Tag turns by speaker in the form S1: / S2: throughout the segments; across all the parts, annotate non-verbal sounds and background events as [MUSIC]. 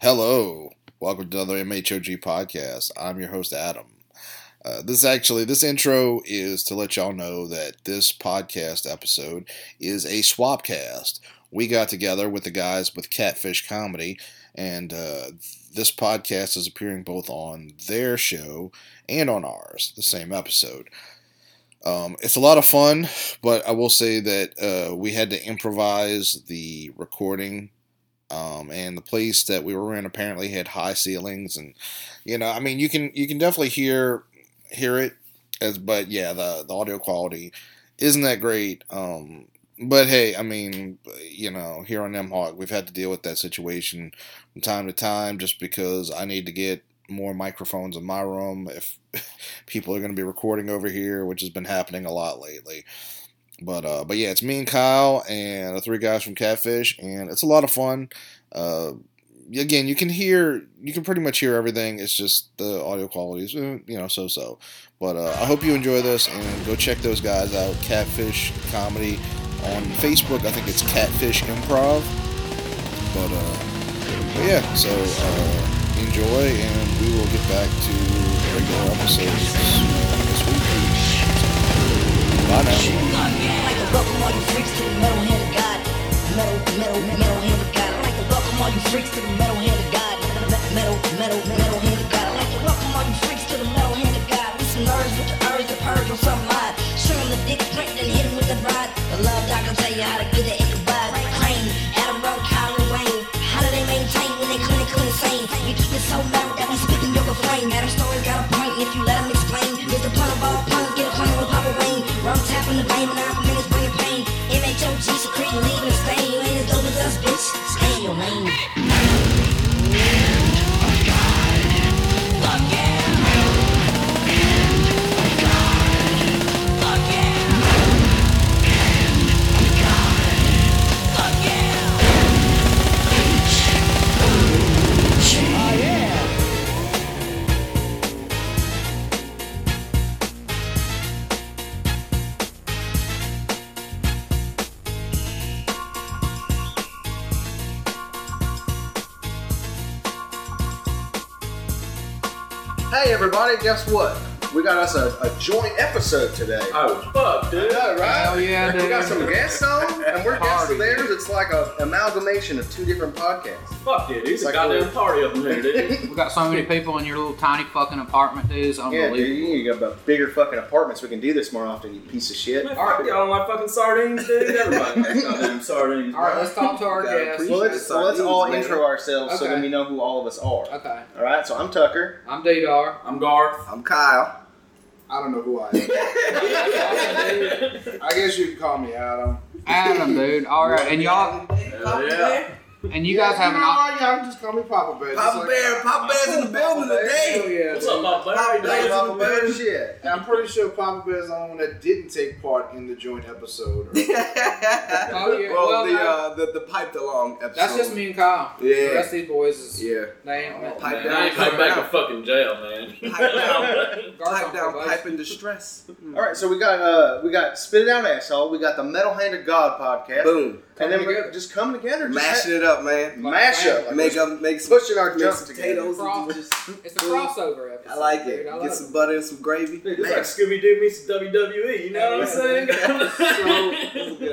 S1: Hello, welcome to another MHOG podcast. I'm your host Adam. Uh, this actually, this intro is to let y'all know that this podcast episode is a swapcast. We got together with the guys with Catfish Comedy, and uh, this podcast is appearing both on their show and on ours, the same episode. Um, it's a lot of fun, but I will say that uh, we had to improvise the recording um, and the place that we were in apparently had high ceilings and you know i mean you can you can definitely hear hear it as but yeah the the audio quality isn't that great um but hey i mean you know here on mhawk we've had to deal with that situation from time to time just because i need to get more microphones in my room if [LAUGHS] people are going to be recording over here which has been happening a lot lately but uh but yeah it's me and kyle and the three guys from catfish and it's a lot of fun uh again you can hear you can pretty much hear everything it's just the audio quality is eh, you know so so but uh, i hope you enjoy this and go check those guys out catfish comedy on facebook i think it's catfish improv but uh but yeah so uh enjoy and we will get back to regular episodes this week bye now
S2: Like a welcome all you freaks to the metal hand of God. Metal, metal, metal hand of God. Like a welcome all you freaks to the metal hand of God. Metal, metal, metal hand of God. Like a welcome all you freaks to the metal hand of God. We some nerds with the urge to purge on some mind. Show 'em the dick drink then hit 'em with the rod. The love doctor tell you how to get it in the bud. Crane, Adam Rowe, Kyle and Wayne. How do they maintain when they clinically insane? You keep it so loud that we spitting your refrain. Adam Story got a point if you let 'em explain. Here's the pun of all puns, get a pun with Papa Wayne. Rum tap in the vein, and I'm minutes bring your pain. MHOG secreting, leaving a stain. You ain't as dope as us, bitch. Stay in your lane.
S3: Hey everybody, guess what? We got us a, a joint episode today.
S4: Oh fuck, dude.
S3: know, right?
S5: Hell yeah,
S3: We
S5: dude.
S3: got some guests on, and we're guests
S5: Party.
S3: of theirs. It's like a amalgamation of two different podcasts.
S4: Fuck yeah, dude. It's
S3: Like
S4: a goddamn
S3: we're-
S4: party up in here,
S5: [LAUGHS]
S4: dude.
S5: We got so many people in your little tiny fucking apartment, dude. It's
S3: Yeah,
S5: unbelievable.
S3: dude, you need to get bigger fucking apartments. We can do this more often, you piece of shit.
S4: Man, fuck y'all like fucking sardines, dude. Everybody likes goddamn sardines.
S5: All right, let's talk to our
S4: Gotta
S5: guests.
S3: Well, let's, well, let's all intro ourselves so
S5: Okay.
S3: then we know who all of us are.
S5: Okay,
S3: All right, so I'm Tucker.
S5: I'm D-Dar.
S4: I'm
S5: [LAUGHS]
S4: Garth.
S6: I'm Kyle. I don't know who I am.
S4: Hell
S6: I guess you can call me Adam.
S5: Adam, dude. All right, and y'all,
S4: yeah.
S5: and you guys have an. op-
S6: all y'all just call me Papa Bear. Just
S7: Papa
S6: like-
S7: Bear, Papa Bear's in the building
S6: Hell
S7: today.
S6: yeah,
S4: What's
S6: dude.
S4: up, Pop Bear? How you doing?
S7: Pop
S3: Papa Bear shit.
S6: And I'm pretty sure Papa Bear's the only one that didn't take part in the joint episode.
S5: [LAUGHS]
S6: Or,
S5: Oh yeah, well,
S7: well, the,
S5: no,
S7: uh, the the piped along episode.
S5: that's just me and Kyle.
S7: Yeah.
S5: the rest of these boys is
S7: Yeah.
S5: they ain't.
S7: Oh,
S4: Man,
S7: Pipe
S4: I
S7: down,
S4: ain't coming
S7: pipe
S4: back
S7: down.
S4: to fucking jail, man.
S7: Pipe down.
S5: Garth's
S7: Pipe
S5: on
S7: down,
S5: probation.
S7: pipe in distress.
S3: [LAUGHS] All right, so we got uh, we got spit it out asshole. We got the Metal Hand of God podcast,
S7: Boom.
S3: and then
S5: Coming
S3: we're
S5: together.
S3: just coming together, just
S7: Mashing it up, man.
S3: ha- mash up, like
S7: Make up, make some,
S3: pushing our
S7: make
S3: junk
S7: some
S3: together.
S7: potatoes. and
S5: Cross- It's a crossover episode.
S7: I like
S5: dude.
S7: it.
S5: I
S7: Get
S5: love
S7: some butter and some [LAUGHS]
S4: [LAUGHS]
S7: gravy.
S4: Dude, it's like Scooby Doo meets WWE. E, You know what I'm saying? [LAUGHS]
S7: That's a
S5: [LAUGHS]
S7: good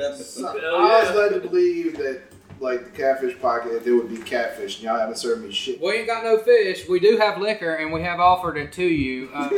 S6: [LAUGHS]
S7: episode.
S6: I
S4: Hell
S6: was
S4: yeah.
S6: led to believe that, like, the catfish podcast, there would be catfish, and y'all haven't served me
S5: it.
S6: shit.
S3: [LAUGHS]
S5: We ain't got no fish. We do have liquor, and we have offered it to you.
S7: [LAUGHS]
S5: Uh,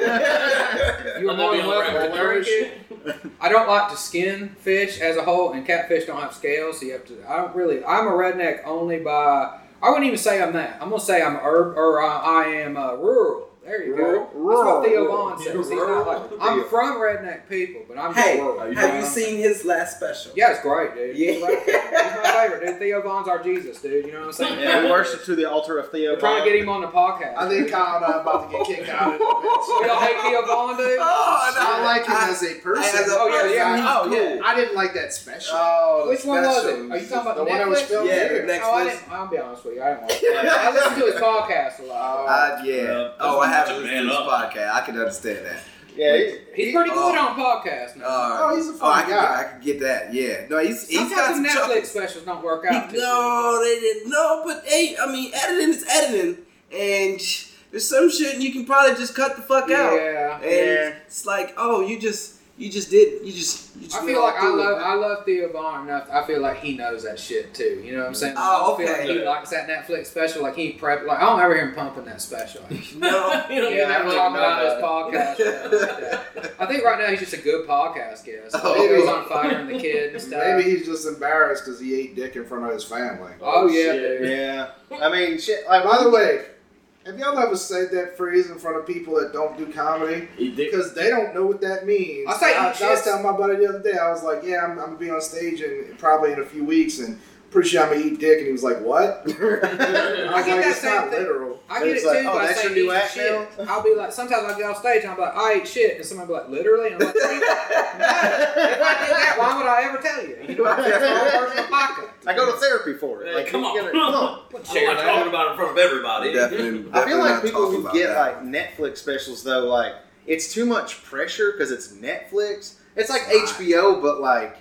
S5: you are
S4: I'm gonna
S5: more
S4: be
S5: than
S4: on
S5: welcome
S4: record
S5: to drink
S4: doing
S5: it.
S4: [LAUGHS]
S5: I don't like to skin fish as a whole, and catfish don't have scales, so you have to. I don't really. I'm a redneck only by. I wouldn't even say I'm that. I'm gonna say I'm urb or uh, I am uh, rural. There you go. That's what Theo Vaughn says. He's not like, I'm from redneck people, but I'm
S7: Hey,
S5: rural. know
S7: Have
S5: what I'm
S7: you seen his last special?
S5: Yeah, it's great, dude.
S7: Yeah.
S5: He's my favorite, dude. Theo Vaughn's our Jesus, dude. You know what I'm saying?
S3: Yeah, we worship to the altar of Theo.
S5: We're trying to get him on the podcast.
S6: I think Kyle and I are about to get kicked out of it.
S7: [LAUGHS]
S5: we all hate Theo Vaughn, dude.
S7: Oh, no.
S6: I like him
S7: I-
S6: as a person.
S7: as a
S5: Oh, yeah,
S7: person,
S5: yeah.
S7: he's
S6: Oh,
S7: cool.
S6: yeah. I didn't like that special.
S7: Oh, the
S5: Which one was it?
S7: special.
S5: Are you talking [LAUGHS] about
S6: The one that was
S5: Netflix?
S6: filmed
S7: Yeah,
S6: here.
S7: Netflix.
S5: Oh, I didn't, I'll be honest with you. I didn't watch it. I listened to his podcast a lot.
S7: Uh, yeah.
S4: Yeah,
S7: oh, I
S4: that's
S7: haven't
S4: a
S7: listened
S4: man
S7: to this
S4: up.
S7: podcast. I can understand that.
S3: Yeah, he-
S5: He's pretty good
S7: Oh.
S5: on podcasts now.
S6: Oh, he's a funny
S7: oh, I
S6: guy.
S7: Could, I could get that. Yeah. No, he's he's got
S5: Sometimes
S7: some
S5: the
S7: chuckles.
S5: Netflix specials don't work out.
S7: He- no, they didn't. No, but hey, I mean, editing is editing, and sh- there's some shit you can probably just cut the fuck out.
S5: yeah.
S7: And
S3: Yeah.
S7: it's like, oh, you just you just did you just you just.
S5: I
S7: went
S5: feel
S7: all
S5: like I
S7: through it,
S5: love
S7: man.
S5: I love Theo Vaughn enough. I feel like he knows that shit too. You know what I'm saying?
S7: Oh,
S5: I feel like
S7: okay.
S5: he likes that Netflix special. Like he prep. Like I don't ever hear him pumping that
S7: [LAUGHS]
S5: special.
S7: No.
S5: [LAUGHS] You don't
S4: Yeah, I
S5: ever
S4: don't
S5: talk
S4: know
S5: about his podcast. or nothing like
S7: [LAUGHS]
S5: that. I think right now he's just a good podcast guest.
S6: Oh.
S5: Like, he was on Fire and the Kid and stuff.
S6: Maybe he's just embarrassed because he ate dick in front of his family.
S5: Oh, yeah,
S4: shit.
S5: dude.
S3: yeah. I mean, shit. Like,
S6: By the way, have y'all ever said that phrase in front of people that don't do comedy?
S4: He did.
S6: Because they don't know what that means.
S5: I say
S6: I,
S5: eat
S6: I was
S5: shit.
S6: telling my buddy the other day, I was like, yeah, I'm, I'm going to be on stage in, probably in a few weeks and pretty sure I'm going to eat dick. And he was like, what? [LAUGHS] I
S5: I
S6: was
S5: get
S6: like,
S5: that
S6: it's
S5: same
S6: not
S5: thing.
S6: literal.
S5: I get
S3: It's
S5: it
S3: like,
S5: too
S3: oh,
S5: by
S3: that's
S5: saying
S3: your new
S5: eat
S3: act
S5: shit. [LAUGHS] I'll be like, sometimes I'll get off stage and I'll be like, I ate shit. And somebody will be like, literally? And I'm like, no. If I did that,
S3: [LAUGHS]
S5: why would I ever tell you? You know what I'm saying? That's my own personal pocket.
S3: I go to therapy for it.
S4: Hey,
S3: Like,
S4: come
S3: you
S4: on.
S3: gotta- come on.
S4: I'm not talking about it in front of everybody. [LAUGHS]
S7: Definitely,
S3: I
S7: definitely
S3: feel like
S7: not
S3: people
S7: talking
S3: who
S7: about
S3: get
S7: that.
S3: like Netflix specials though, like it's too much pressure because it's Netflix. It's like
S7: Right.
S3: HBO, but like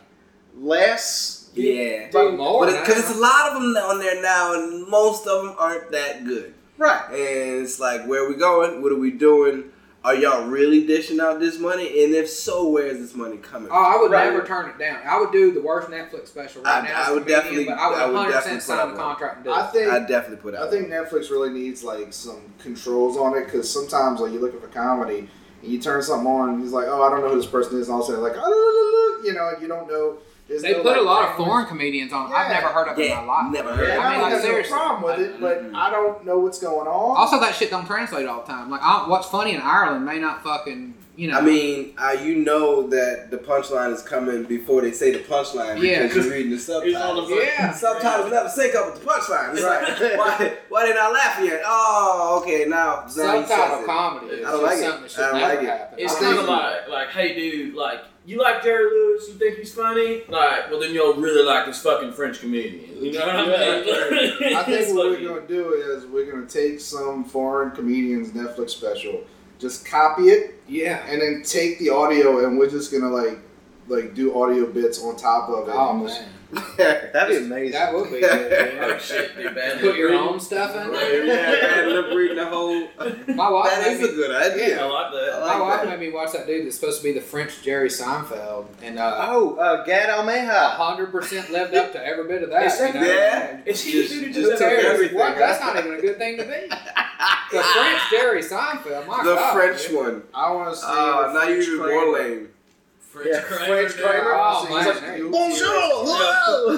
S3: less.
S7: yeah.
S5: Do more.
S7: But because it's a lot of them on there now, and most of them aren't that good.
S3: Right.
S7: And it's like, where are we going? What are we doing? Are y'all really dishing out this money? And if so, where is this money coming?
S5: Oh, I would
S3: Right.
S5: never turn it down. I would do the worst Netflix special right
S7: I-
S5: now. as
S7: I
S5: a
S7: would
S5: comedian,
S7: definitely-
S5: but I would,
S7: I would
S5: 100%
S7: definitely put
S5: sign
S7: out
S5: the
S7: one.
S5: contract and do
S6: I
S5: it.
S7: from?
S6: think
S7: I definitely put out.
S6: I think Netflix really needs like some controls on it because sometimes like you're looking for comedy and you turn something on and he's like, oh, I don't know who this person is, and all of a sudden like, oh, you know, and you don't know. There's
S5: They
S6: no,
S5: put a
S6: like,
S5: lot of
S6: language.
S5: foreign comedians on. I've
S6: Yeah.
S5: never heard of
S7: Yeah,
S5: in my life.
S7: never
S6: Yeah,
S7: heard of
S6: I
S5: I mean,
S6: don't
S5: like,
S6: have no
S5: seriously.
S6: problem with it, but I don't know what's going on.
S5: Also, that shit don't translate all the time. Like, I, what's funny in Ireland may not fucking, you know.
S7: I mean, uh, you know that the punchline is coming before they say the punchline
S5: Yeah.
S7: because you're reading the subtitles.
S4: It's all the
S5: yeah.
S7: Subtitles never sync up with the punchline. It's like, why, why they not laughing yet? Oh, okay, now, now he says
S5: Subtitle
S7: [LAUGHS] it.
S5: comedy. is
S7: I don't
S5: just
S7: like it.
S5: something that should
S7: I don't
S5: never
S7: like it.
S5: happen. Oh,
S4: It's
S7: I
S4: kind
S7: think-
S4: of like, like, hey, dude, like, you like Jerry Lewis? You think he's funny? Like, well, then you'll really like this fucking French comedian. You know what I mean?
S6: I think
S4: [LAUGHS] It's
S6: what
S4: fucking-
S6: we're gonna do is we're gonna take some foreign comedian's Netflix special, just copy it,
S5: Yeah.
S6: and then take the audio, and we're just gonna like like do audio bits on top of it.
S5: Oh,
S6: and just-
S5: man.
S3: That'd be amazing.
S5: That would be good.
S4: Oh,
S7: [LAUGHS]
S5: yeah.
S4: shit, dude, bad
S5: Put your
S4: reading.
S5: own stuff in there.
S7: Yeah, bad lip reading the whole.
S5: My wife
S7: That
S5: made
S7: is
S5: me-
S7: a good
S4: I
S7: idea.
S4: like that.
S7: I
S5: My
S7: like
S5: wife
S7: that.
S5: made me watch that dude that's supposed to be the French Jerry Seinfeld, and uh,
S3: oh, uh, Gad
S7: Oh.
S3: Almeja.
S5: hundred percent lived up to every bit of that.
S4: Is that
S5: you know?
S7: Yeah.
S4: It's he
S7: Just-
S4: dude,
S7: just
S4: just
S7: took
S4: everything.
S7: everything.
S5: What? That's not even a good thing to be.
S7: [LAUGHS]
S5: The French Jerry Seinfeld. My
S7: The
S5: God,
S7: French
S5: dude.
S7: one.
S6: I want to see.
S7: Oh,
S6: the
S7: now you're
S6: French
S7: even
S6: Kramer.
S7: more lame.
S4: French
S3: Yeah,
S4: Kramer.
S3: French
S4: dude.
S3: Kramer.
S5: Oh,
S6: I wanna see
S5: man.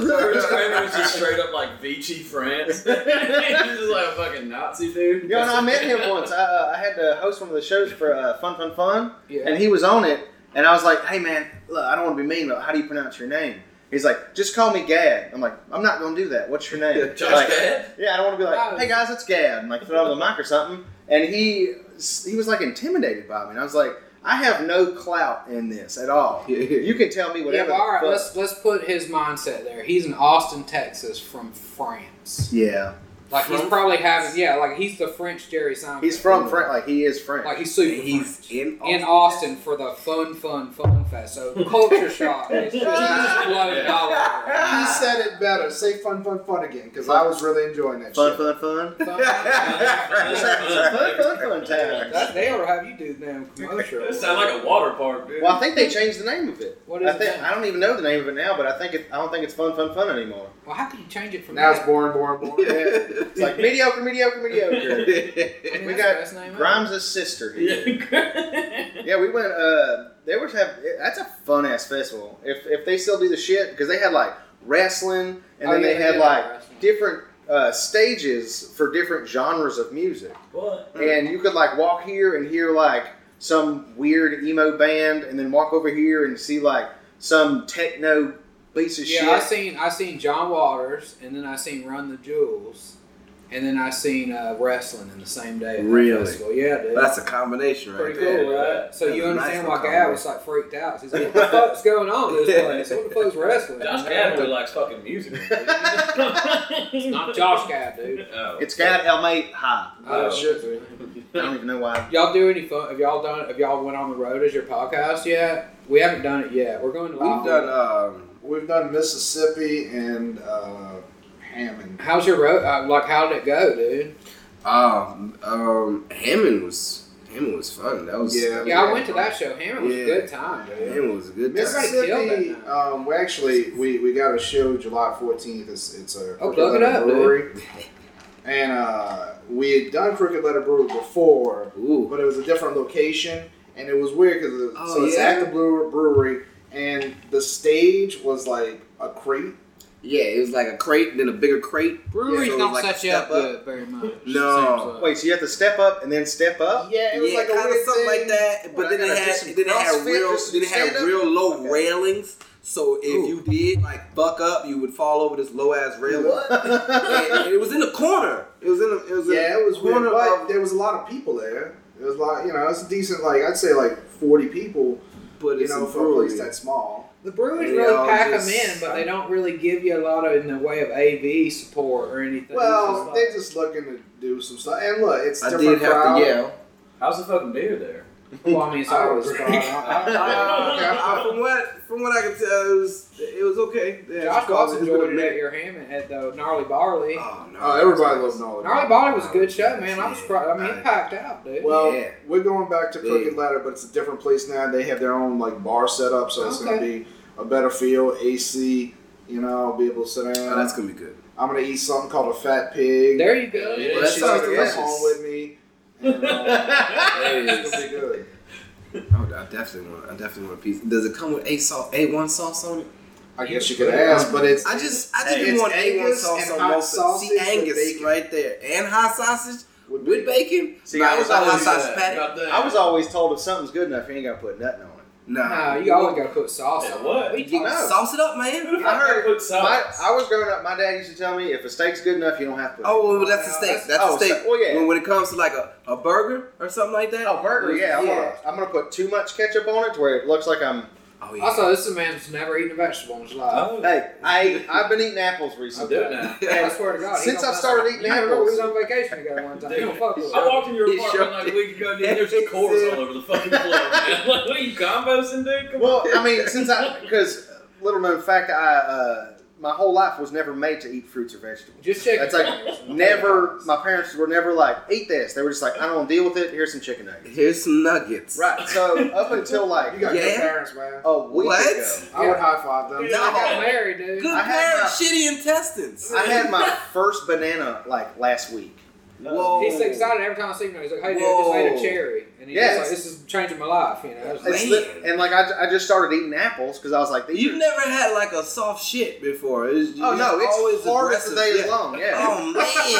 S6: you-
S3: [LAUGHS]
S4: French Kramer was just straight up like Vichy France. [LAUGHS] He's just like a fucking Nazi dude.
S3: You know, and I met him once. I, uh, I had to host one of the shows for uh, Fun Fun Fun,
S5: Yeah.
S3: and he was on it. And I was like, "Hey, man, look, I don't want to be mean, but how do you pronounce your name?" He's like, "Just call me Gad." I'm like, "I'm not gonna do that. What's
S7: [LAUGHS]
S3: your name?"
S4: Josh
S3: Like,
S4: Gad?
S3: Yeah, I don't want to be
S5: Oh.
S3: like, hey guys, it's Gad, and like throw out the mic or something. And he he was like intimidated by me, and I was like, I have no clout in this at all. You can tell me
S5: Yeah,
S3: whatever.
S5: but all right.
S3: the fuck-
S5: Let's let's put his mindset there. He's in Austin, Texas, from France.
S3: yeah,
S5: Like he's
S7: From
S5: probably having yeah. Like he's the French Jerry Seinfeld.
S3: he's from Fran Like he is French.
S5: Like he's super.
S7: He's
S5: French.
S7: in
S5: in Austin for the fun, fun, fun fest. So culture shock is just exploded all over.
S6: He said it better. Say fun, fun, fun again, because I was really enjoying that
S3: [LAUGHS] fun,
S6: shit.
S3: fun, fun.
S5: Fun, fun,
S3: It's
S5: fun.
S3: like- it's like [LAUGHS] fun, fun, fun time.
S5: That, they ought to have you do them
S4: [LAUGHS]
S5: commercial.
S4: That sound like a water park, dude.
S3: Well, I think they changed the name of it.
S5: What is
S3: I think
S5: it?
S3: I don't even know the name of it now, but I think it, I don't think it's fun, fun, fun anymore.
S5: Well, how can you change it from
S6: Now it's
S5: that?
S6: boring, boring,
S7: [LAUGHS]
S6: boring.
S3: It's like mediocre,
S5: [LAUGHS]
S3: mediocre,
S5: I
S3: mediocre.
S5: mean,
S3: we
S5: that's the
S3: got
S5: best name ever.
S3: Grimes' sister. Here.
S4: [LAUGHS] Yeah.
S3: Yeah, we went. Uh, they were have that's a fun ass festival. If if they still do the shit because they had like wrestling and
S5: Oh,
S3: then
S5: yeah,
S3: they
S5: they
S3: had
S5: did
S3: like
S5: have wrestling.
S3: different uh, stages for different genres of music,
S4: What?
S5: Hmm.
S3: and you could like walk here and hear like some weird emo band, and then walk over here and see like some techno piece of
S5: Yeah, I
S3: shit.
S5: seen I seen John Waters, and then I seen Run the Jewels, and then I seen uh, wrestling in the same day. at that
S7: Really?
S5: festival. Yeah, dude.
S7: That's a combination right
S5: pretty
S7: there.
S5: cool, right? So
S7: That's
S5: you
S7: a
S5: understand
S7: nice
S5: why
S7: little
S5: Gab
S7: combo.
S5: was like freaked out. He's like, "What the fuck's going on in this place? What the fuck's wrestling?"
S4: Josh Gad really likes fucking music. [LAUGHS]
S5: It's not Josh Gab, dude.
S4: Oh.
S3: It's got L8 high.
S5: Uh,
S3: I don't even know why.
S5: Y'all do any fun? Have y'all done? Have y'all went on the road as your podcast yet? We haven't done it yet. We're going to.
S6: We've
S5: Lyle.
S6: done um, we've done Mississippi and uh, Hammond.
S5: How's your road? Uh, like, how did it go, dude?
S7: Um, um, Hammond was Hammond was fun. That was
S6: Yeah.
S5: Yeah, I went to that show. Hammer was
S7: Yeah.
S5: a good time, dude.
S7: Hammond was a good.
S5: Everybody
S7: Time.
S5: killed that
S6: Mississippi.
S5: night.
S6: Um, we actually we, we got a show July fourteenth. It's it's a
S5: Oh,
S6: Crooked
S5: plug it
S6: Letter
S5: up, dude.
S6: brewery, and uh, we had done Crooked Letter Brewery before,
S7: Ooh,
S6: but it was a different location, and it was weird because
S7: Oh,
S6: so it's
S7: yeah?
S6: at the brewer- brewery, and the stage was like a crate.
S7: yeah, it was like a crate, and then a bigger crate.
S5: Breweries
S7: Yeah, so it was
S5: don't
S7: like
S5: set
S7: a
S5: you
S7: step
S5: up,
S7: up.
S5: good very much. uh, it
S7: No.
S5: seems like.
S3: Wait, so you have to step up and then step up?
S6: Yeah, it was
S7: yeah,
S6: like a
S7: kind of
S6: weird
S7: something like
S6: thing.
S7: that. But
S3: Well, I
S7: then it
S3: gotta do
S7: had
S3: some
S7: then it had
S3: CrossFit
S7: real
S3: or some
S7: then it had
S3: stand-up?
S7: real low
S3: Okay.
S7: railings. So if you did like buck up, you would fall over this low ass railing.
S6: [LAUGHS]
S7: And it was in the corner. It was in the it was in
S6: Yeah, it was
S7: the
S6: weird,
S7: corner
S6: but
S7: of-
S6: there was a lot of people there. It was like you know, it's a decent like I'd say like forty people.
S7: but
S6: You
S7: it's
S6: know,
S7: a
S6: for a place
S7: brewery.
S6: that small.
S5: The breweries
S7: They
S5: really
S7: all
S5: pack
S7: just-
S5: them in, but they don't really give you a lot of in the way of AV support or anything.
S6: Well,
S5: It's
S6: they're just looking to do some stuff. And look, it's
S7: I
S6: different
S7: did have
S6: crowd.
S7: to yell.
S4: How's the fucking beer there?
S5: just like, well, I mean, it's
S6: I
S5: always
S6: agree.
S5: fun. I-
S3: [LAUGHS]
S5: I-
S7: Uh, okay, I- from what from what I could tell, it was it was okay. Yeah,
S5: Josh
S7: Carlson
S5: Watson
S7: was
S5: enjoyed it
S7: good.
S5: at your Hammond at the Gnarly Barley.
S7: Oh no!
S6: Oh, everybody loves Nolan.
S5: Gnarly Barley was a good show, man. I was proud. I mean, it packed out, dude.
S6: Well,
S7: Yeah.
S6: we're going back to Crooked
S7: Yeah.
S6: Ladder, but it's a different place now. They have their own like bar set up, so it's gonna
S5: Okay.
S6: be a better feel, AC. You know, I'll be able to sit down.
S7: Oh, that's gonna
S5: [LAUGHS]
S7: be good.
S6: I'm gonna eat something called a fat pig.
S5: there you go.
S4: Yeah,
S6: And
S7: that
S6: she's
S7: sounds
S6: gonna
S7: delicious.
S6: come home with me. And, uh, it's gonna be good.
S7: Oh, I definitely want. I definitely want a piece. Does it come with a sauce, a one sauce on it?
S6: I guess you could ask, but it's
S7: I just, I
S6: Hey,
S7: didn't
S6: it's
S7: want A1
S6: Angus
S7: sauce
S6: and
S7: on
S6: hot
S7: most.
S6: sausage
S7: See
S6: with
S7: Angus
S6: bacon.
S7: right there, and hot sausage
S6: would
S7: with bacon.
S3: See,
S7: Nah,
S3: I was
S7: it's not hot
S3: always-
S7: sausage patty.
S3: I was always told if something's good enough, you ain't got to put nothing on it.
S5: Nah,
S7: Nah,
S5: you always gotta put sauce
S4: Yeah,
S5: on.
S4: what?
S5: it.
S7: You
S5: You-
S3: No.
S7: sauce it up, man.
S3: I heard-
S4: Put
S3: My,
S4: sauce.
S3: I was growing up, my dad used to tell me if a steak's good enough, you don't have to put
S7: Oh, well, that's a
S5: No,
S7: steak.
S5: that's-
S7: That's
S3: oh,
S7: a steak.
S3: so- well, yeah.
S7: When, when it comes to like a, a burger or something like that.
S3: Oh, burger, yeah. I'm,
S7: yeah.
S3: Gonna, I'm gonna put too much ketchup on it to where it looks like I'm.
S7: Oh, yeah.
S5: Also, this is a man who's never eaten a vegetable in his life.
S4: Oh,
S3: Hey, I I've been eating apples
S4: I'm
S3: recently.
S4: doing that.
S5: I swear to God. he
S3: Since
S5: don't
S3: I've
S5: know.
S3: started eating
S5: you remember we
S3: apples.
S5: was on vacation together one time. You don't fuck with
S4: I
S5: us.
S4: walked in your
S7: He
S4: apartment
S7: showed
S4: like
S7: it.
S4: a week ago, dude. There's just cores all over the fucking floor,
S3: [LAUGHS]
S4: man. Like, what are you combosing, dude? Come
S3: Well, I mean, since I because little known fact, I uh, my whole life was never made to eat fruits or vegetables.
S5: Just chicken.
S3: That's like
S5: fingers.
S3: Never, my parents were never like eat this. They were just like, I don't want to deal with it. Here's some chicken nuggets.
S7: [LAUGHS] Here's some nuggets.
S3: Right.
S4: [LAUGHS]
S3: So uh, up until
S6: You
S3: like Oh,
S6: got good
S7: Yeah.
S6: parents, man.
S3: a week
S7: What?
S3: ago,
S6: I would high five them.
S4: on.
S5: I got
S7: No.
S5: married, dude.
S7: Good
S3: I had
S7: parents,
S3: my-
S7: shitty intestines.
S3: I had my first banana like last week.
S7: Whoa.
S5: He's excited every time I see him. He's like, "Hey, dude,
S7: Whoa.
S5: I just ate a cherry," and he's
S3: Yes.
S5: just like, "This is changing my life." You know, It's like-
S3: It's
S7: Man.
S3: lit- and like I, I just started eating apples because I was like, these
S7: You've
S3: are-
S7: never had like a soft shit before. It's,
S3: oh no, it's
S7: always
S3: hard as the
S7: aggressive.
S3: day is
S7: yeah.
S3: long. Yeah.
S7: Oh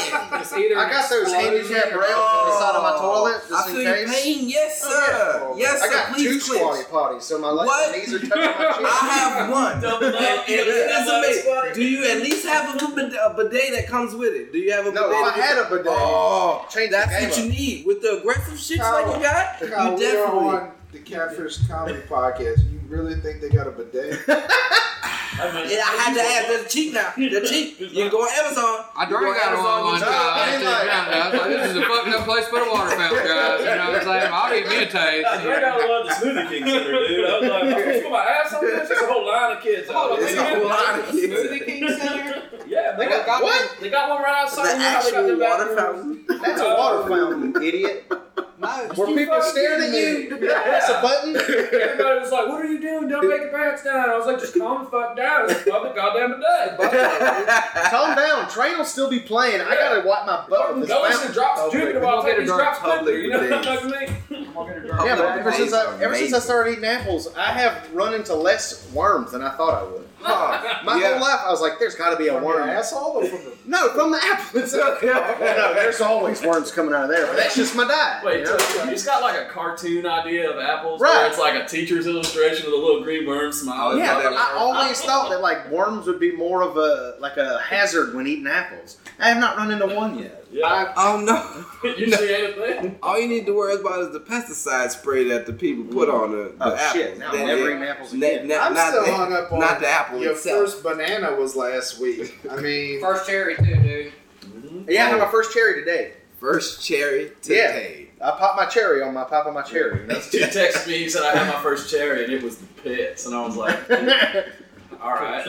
S3: [LAUGHS]
S7: man.
S5: it's either
S3: I
S5: an
S3: got those
S5: explosion
S3: handicap
S5: or-
S3: rails on the side of my toilet
S7: I
S3: just
S7: feel
S3: in
S7: your
S3: case.
S7: pain, yes sir.
S3: Oh,
S7: Yes sir,
S3: I got two
S7: please
S3: squatty
S7: quit.
S3: potties, so my legs
S7: What?
S3: my knees are
S6: [LAUGHS]
S3: touching my chin.
S7: I have one. [LAUGHS]
S4: Double up,
S7: And- and
S4: you got double
S7: it doesn't
S4: up
S7: make-
S4: squatty.
S7: Do you at least have a, little bid- a bidet that comes with it? Do you have a
S3: No,
S7: bidet?
S3: if I
S7: that-
S3: had a bidet,
S7: Oh,
S3: change the
S7: that's
S3: game
S7: what you
S3: up.
S7: need. With the aggressive shits like you got, you
S6: Kyle, we are
S7: definitely.
S6: on the Catfish Comedy Podcast. You really think they got a bidet?
S3: [LAUGHS]
S4: I
S7: Yeah, I had to add
S4: [LAUGHS]
S7: that cheap now. That cheap. You can go on Amazon.
S5: I drank
S7: You go
S5: out of one one time.
S7: Amazon,
S5: I had to
S3: like-
S5: drown it. I was like, this is a fucked up place to put a water fountain, guys. You know what I'm saying? I'll eat me a taste.
S4: I drank out a lot of the Smoothie King Center, dude. I was like,
S3: [LAUGHS]
S4: "Oh, you put my ass on this? There's a whole line of kids. out
S5: Hold on,
S4: there."
S7: It's
S5: wait
S7: a
S5: minute.
S7: whole lot
S6: [LAUGHS]
S7: of kids.
S5: Smoothie King Center?
S4: Yeah,
S3: They
S4: they
S3: got-
S4: got,
S7: [LAUGHS]
S3: what?
S4: they got one right
S7: The
S4: outside. You know how they got
S7: actual
S4: their
S7: water
S4: bathrooms?
S7: fountain.
S3: That's a water fountain, idiot.
S5: No.
S3: Where people staring at you, press a button.
S4: Everybody was like, "What are you doing? Don't make your pants down." I was like, "Just calm the fuck down. It's a public goddamn bidet."
S3: Calm down. Train will still be playing. I gotta wipe my butt with this
S4: Go
S3: fountain.
S4: and drops Jupiter while
S5: Public.
S4: taking these drops quickly. You know what I mean?
S3: Yeah, but
S7: Public
S3: ever since
S7: bidets
S3: I
S7: are
S3: ever since I
S7: amazing.
S3: started eating apples, I have run into less worms than I thought I would.
S6: Huh.
S3: My
S6: Yeah.
S3: whole life, I was like, "There's got to be a
S6: From your
S3: worm."
S6: asshole or from the
S3: No, from the apple itself. [LAUGHS] no, there's always worms coming out of there, but that's just my diet.
S4: Wait,
S3: you
S4: so
S3: know?
S4: you just got like a cartoon idea of apples,
S3: Right.
S4: Where it's like a teacher's illustration of the little green worm smiling.
S3: yeah,
S4: Like,
S3: but I always thought that like worms would be more of a like a hazard when eating apples. I have not run into one yet.
S4: Yeah.
S7: Oh no!
S4: you see anything?
S7: All you need to worry about is the pesticide spray that the people put on the, the
S3: Oh
S7: apples.
S3: shit! Now I'm
S7: Then
S3: never
S7: they-
S3: eating apples
S7: na-
S3: again.
S7: na-
S6: I'm
S7: not
S6: still
S7: the,
S6: hung up on
S7: not the
S6: [LAUGHS]
S7: apple
S6: Your
S7: itself.
S6: first banana was last week. I mean, [LAUGHS]
S5: First cherry too, dude.
S3: Yeah, I had my first cherry today.
S7: First cherry today.
S3: I popped my cherry on my pop of my cherry. and that's-
S4: Dude texted me. He said I had my first cherry and it was the pits, and I was like, all right.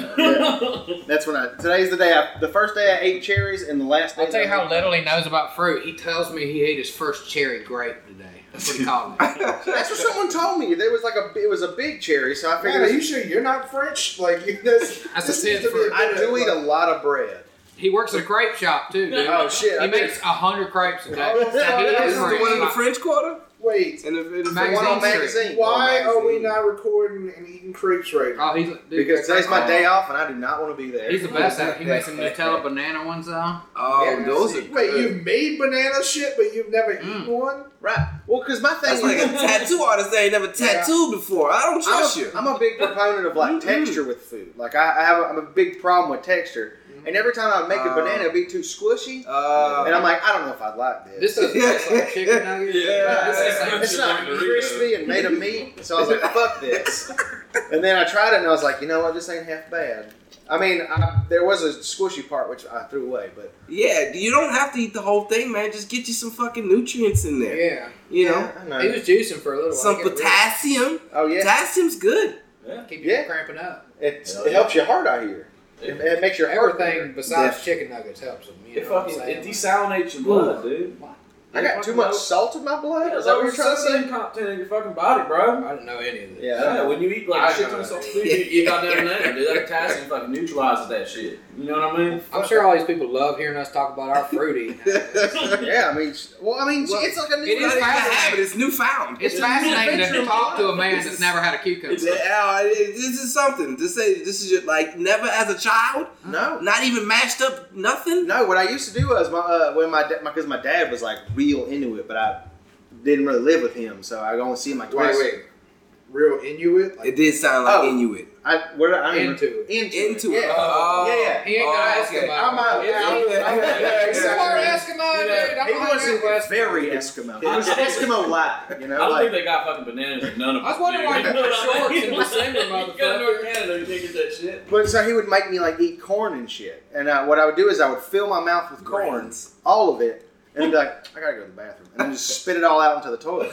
S3: [LAUGHS] That's when I. Today's the day. I, the first day I ate cherries, and the last day.
S5: I'll tell you
S3: that I
S5: how little he knows about fruit. He tells me he ate his first cherry grape today. That's what he called it.
S3: ate- That's what someone told me. There was like a. It was a big cherry, so I
S6: man, are you
S3: figured.
S6: sure you're not French? Like, [LAUGHS] you- this,
S5: That's
S6: this
S5: a
S6: needs to
S5: sin
S6: be
S5: for-
S3: I do eat a
S6: like,
S3: lot of bread.
S5: He works at a grape shop too, dude.
S4: Oh,
S3: shit, I
S5: He
S3: do.
S5: makes a hundred grapes a day.
S6: Oh, yeah,
S5: He
S6: yeah,
S5: is
S7: This is the one in the
S5: rich.
S7: French Quarter.
S6: Wait,
S7: And the, in the
S5: Magazine
S3: One on
S5: Street.
S3: magazine.
S6: why
S7: Oh,
S6: are we
S7: magazine.
S6: not recording and eating crepes right now?
S5: Oh, he's dude,
S3: Because today's my
S5: oh,
S3: day off, and I do not want to be there.
S5: He's the best at it. He makes some Nutella banana ones though.
S7: Oh,
S6: Yeah,
S7: those are
S6: see. Wait,
S7: good. Mm.
S6: you made banana shit, but you've never eaten one?
S3: right. Well, because my thing
S7: That's like a
S3: is.
S7: tattoo artist that ain't never tattooed before. I don't
S3: I'm
S7: trust
S3: a-
S7: you.
S3: I'm a big proponent of
S7: Mm-hmm.
S3: like texture with food. Like I, I have, a, I'm a big problem with texture. And every time I make a
S7: Uh,
S3: banana, it'd be too squishy,
S7: Uh,
S3: and I'm like, I don't know if I'd like this.
S5: This doesn't taste like chicken nuggets.
S4: Yeah,
S5: This tastes like-
S3: It's
S4: Shit
S3: not
S4: like Doritos.
S3: crispy and made of meat, so I was like, "Fuck this!" And then I tried it, and I was like, "You know what? This ain't half bad." I mean, I, there was a squishy part which I threw away, but
S7: yeah, you don't have to eat the whole thing, man. Just get you some fucking nutrients in there.
S5: Yeah.
S7: You know,
S3: I
S5: He
S3: know.
S5: was juicing for a little while.
S7: some
S5: He got really-
S7: potassium.
S3: Oh yeah,
S7: Potassium's good.
S5: Keep you
S3: Yeah.
S5: from cramping up.
S3: it, it helps your heart out here. It, it makes your heart.
S5: Everything besides chicken nuggets helps him. You
S4: It
S5: know what I'm
S4: fucking it
S5: saying?
S4: desalinates your blood, dude.
S3: I got too much salt in my blood.
S4: Yeah,
S3: Is that what you're trying to say?
S4: sodium content in your fucking body, bro?
S5: I didn't know any of this.
S3: Yeah.
S4: Yeah, when you eat like
S5: I
S4: shit ton
S5: know.
S4: of salt food, you you got that in there, dude. That potassium fucking neutralizes that shit. You know what I mean?
S5: I'm [LAUGHS] sure all these people love hearing us talk about our
S3: [LAUGHS]
S5: fruity.
S3: Yeah, I mean, well, I mean,
S7: Well,
S3: it's like a new.
S5: it is
S7: It's not even a
S5: fascinating.
S7: habit. It's newfound.
S5: It's
S4: It's
S5: fascinating
S4: adventure
S5: to
S4: of
S5: talk to a
S4: life.
S5: man
S4: This
S5: that's
S4: is-
S5: never had a cucumber.
S4: it's-
S7: Yeah, I- uh, it- This is something. To say this is your, like never as a child,
S3: no,
S7: not even mashed up, nothing.
S3: No, what I used to do was my uh, when my da- my because my dad was like real into it, but I didn't really live with him, so I only see him like
S6: Wait,
S3: twice.
S6: wait. Real Inuit? Like,
S7: It did sound like
S3: Oh.
S7: Inuit.
S3: I what did I I mean,
S5: Into it.
S3: into
S7: Into
S3: yeah.
S7: it.
S4: Oh.
S3: yeah, yeah.
S5: He ain't gonna
S7: Oh,
S5: ask
S7: okay.
S5: about
S3: I'm
S5: it.
S3: out.
S4: Yeah.
S3: I'm- I'm-
S6: Yeah.
S5: He's a smart Eskimo, dude. I'm
S3: He
S5: hung out
S3: was
S5: with-
S3: very Eskimo. He was [LAUGHS] Eskimo light, you
S4: I
S3: know.
S4: don't think
S3: Like,
S4: they got fucking bananas in none of them.
S5: I was wondering why
S4: dude. You know what I
S5: shorts
S4: mean?
S5: in December,
S4: You go to North
S5: motherfucker.
S4: Canada, you can't get that shit.
S3: but so he would make me like eat corn and shit, and uh, what I would do is I would fill my mouth with corn,
S7: Grains.
S3: all of it, and be like, I gotta go to the bathroom, and then just spit it all out into the toilet.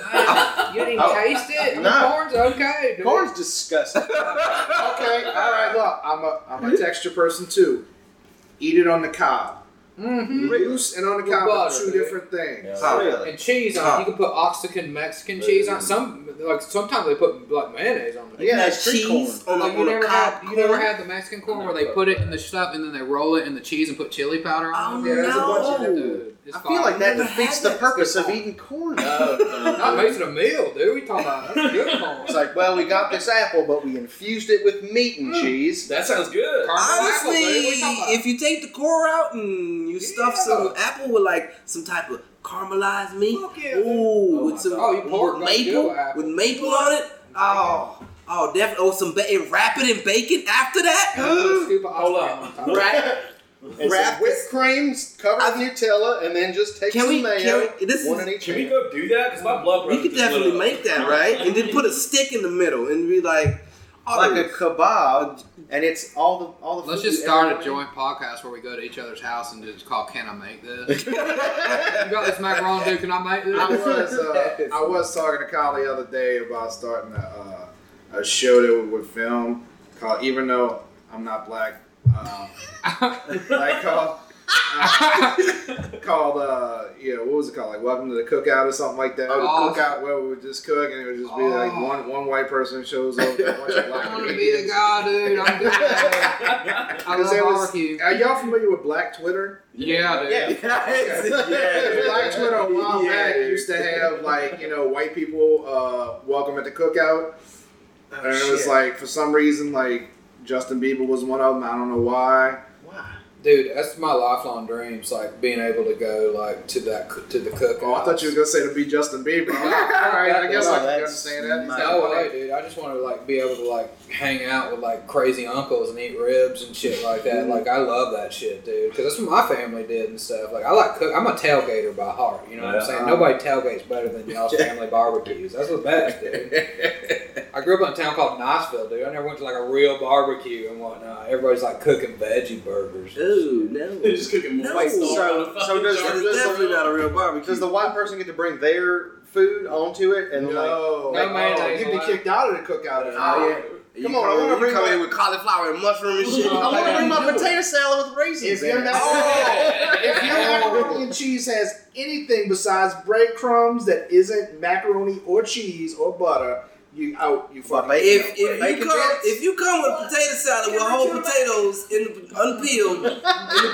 S5: You didn't
S3: Oh.
S5: taste it? The
S3: No.
S5: corn's okay, dude.
S3: Corn's disgusting.
S6: okay, all right, look, I'm a, I'm a texture person too. Eat it on the cob.
S5: hmm
S6: Loose and on the
S5: With
S6: cob are
S5: butter,
S6: two
S5: dude.
S6: different things.
S3: really.
S5: And cheese on it. You can put Oaxacan Mexican cheese on it. Some, like, sometimes they put, like, mayonnaise on it.
S3: Yeah,
S7: Not
S3: it's tree
S7: cheese
S5: Like,
S7: on a,
S5: you,
S7: on a
S5: never
S7: cob
S5: had, you never
S7: corn.
S5: had the Mexican corn where
S4: never
S5: they
S4: had
S5: put it
S4: that.
S5: in the stuff and then they roll it in the cheese and put chili powder on
S7: Oh,
S5: it?
S6: Yeah, there's a bunch of
S7: no.
S5: Dude, uh, it's
S3: I feel like
S5: fire.
S3: that
S7: Never
S3: defeats
S7: had
S3: the
S7: that.
S3: purpose of eating
S4: [LAUGHS]
S3: corn.
S4: No, Oh, no,
S5: Not
S4: no.
S5: making a meal, dude. We talking about that's good corn.
S3: It's like, well, we got this apple, but we infused it with meat and
S4: [LAUGHS]
S3: cheese.
S4: That sounds good.
S5: Car-
S7: Honestly,
S5: Apple, dude, what you talking about?
S7: if you take the core out and you stuff
S5: Yeah.
S7: some apple with like some type of caramelized meat,
S5: Fuck yeah, dude.
S7: ooh,
S4: Oh my
S7: with some
S5: God. Oh, you pork
S7: with
S5: don't
S7: maple
S5: do apple.
S7: with maple on it, oh, oh, definitely, oh, some bacon, wrap it in bacon after
S5: Put a [GASPS]
S7: that.
S5: scoop of
S4: Hold
S5: ice
S4: on.
S5: cream on top.
S7: Wrap.
S3: And
S7: Wrap
S3: some whipped cream, cover with Nutella, and then just take
S7: Can
S3: some
S7: we-
S3: mayo.
S7: can we- this
S3: one
S7: is-
S3: in each
S4: Can we
S3: hand.
S4: go do that? Because my blood pressure
S7: We could
S4: just went
S7: definitely
S4: up.
S7: make that right, and then
S4: [LAUGHS]
S7: put a stick in the middle and be like, oh,
S3: like a kebab, and it's all the all the.
S5: Let's
S3: food
S5: just
S3: you
S5: start
S3: ever
S5: a
S3: made.
S5: joint podcast where we go to each other's house and just call "Can I make this?" you got this macaroni, dude? Can I make
S6: I
S5: this?
S6: was uh, I was talking to Kyle the other day about starting a, uh, a show that we would film called Even Though I'm Not Black. Uh, like called uh, called uh, you know what was it called like Welcome to the Cookout or something like that.
S5: Oh, the
S6: a
S5: cookout.
S6: cookout where we would just cook and it would just be like
S5: Oh.
S6: one one white person shows up. and a bunch of
S5: [LAUGHS]
S6: black
S5: [LAUGHS] I want to be
S6: comedians.
S5: the guy, dude. I'm good. at it. I
S6: Because
S5: love
S6: there was-
S5: barbecue.
S6: Are y'all familiar with Black Twitter?
S5: [LAUGHS] Yeah, dude.
S3: Yeah.
S6: Because [LAUGHS] Black Twitter a while
S7: Yeah.
S6: back used to have like you know white people uh, welcome at the cookout, and it was
S3: shit.
S6: like for some reason like Justin Bieber was one of them. I don't know why.
S3: Why?
S5: Dude, that's my lifelong dreams, like being able to go like to that coo- to the cookout.
S6: Oh, I thought you were gonna say to be Justin Bieber. I'm like, All right, I guess I can understand that. He's not
S5: No
S6: like-
S5: way, oh, dude. I just want to like be able to like hang out with like crazy uncles and eat ribs and shit like
S6: Mm-hmm.
S5: that. Like I love that shit, dude, because that's what my family did and stuff. Like I like cook. I'm a tailgater by heart. You know what I'm
S4: Yeah.
S5: saying? Nobody tailgates better than y'all's family barbecues. That's the best, dude.
S6: [LAUGHS]
S5: I grew up in a town called Niceville, dude. I never went to like a real barbecue and whatnot. Everybody's like cooking veggie burgers.
S7: Ooh, no.
S4: They're [LAUGHS] just cooking more
S7: No.
S4: white sauce
S3: So-
S4: on the fucking
S3: so does-
S4: jar.
S3: does
S7: That's definitely not a real barbecue.
S3: Does the white person get to bring their food onto it and like?
S6: No,
S5: No mayonnaise
S6: you'd be
S5: allowed.
S6: kicked out of the cookout. if
S7: Oh,
S6: not.
S7: yeah. You
S3: Come on, I
S7: come in-
S3: wanna
S7: you
S3: bring
S7: come
S3: my-
S7: in with cauliflower and mushroom and [LAUGHS] shit.
S5: Oh,
S3: I want to
S5: man.
S3: bring
S7: You
S3: my
S7: do it.
S3: potato salad with raisins.
S6: If
S3: in
S6: you're
S3: it.
S6: not,
S7: Oh.
S6: [LAUGHS] if
S7: [LAUGHS]
S6: your macaroni and cheese has anything besides breadcrumbs that isn't macaroni or cheese or butter, you out. You
S7: But
S6: fucking.
S7: if,
S6: out.
S7: if you
S6: Bacon
S7: come
S6: bits.
S7: if you come with potato salad with whole potatoes in the unpeeled in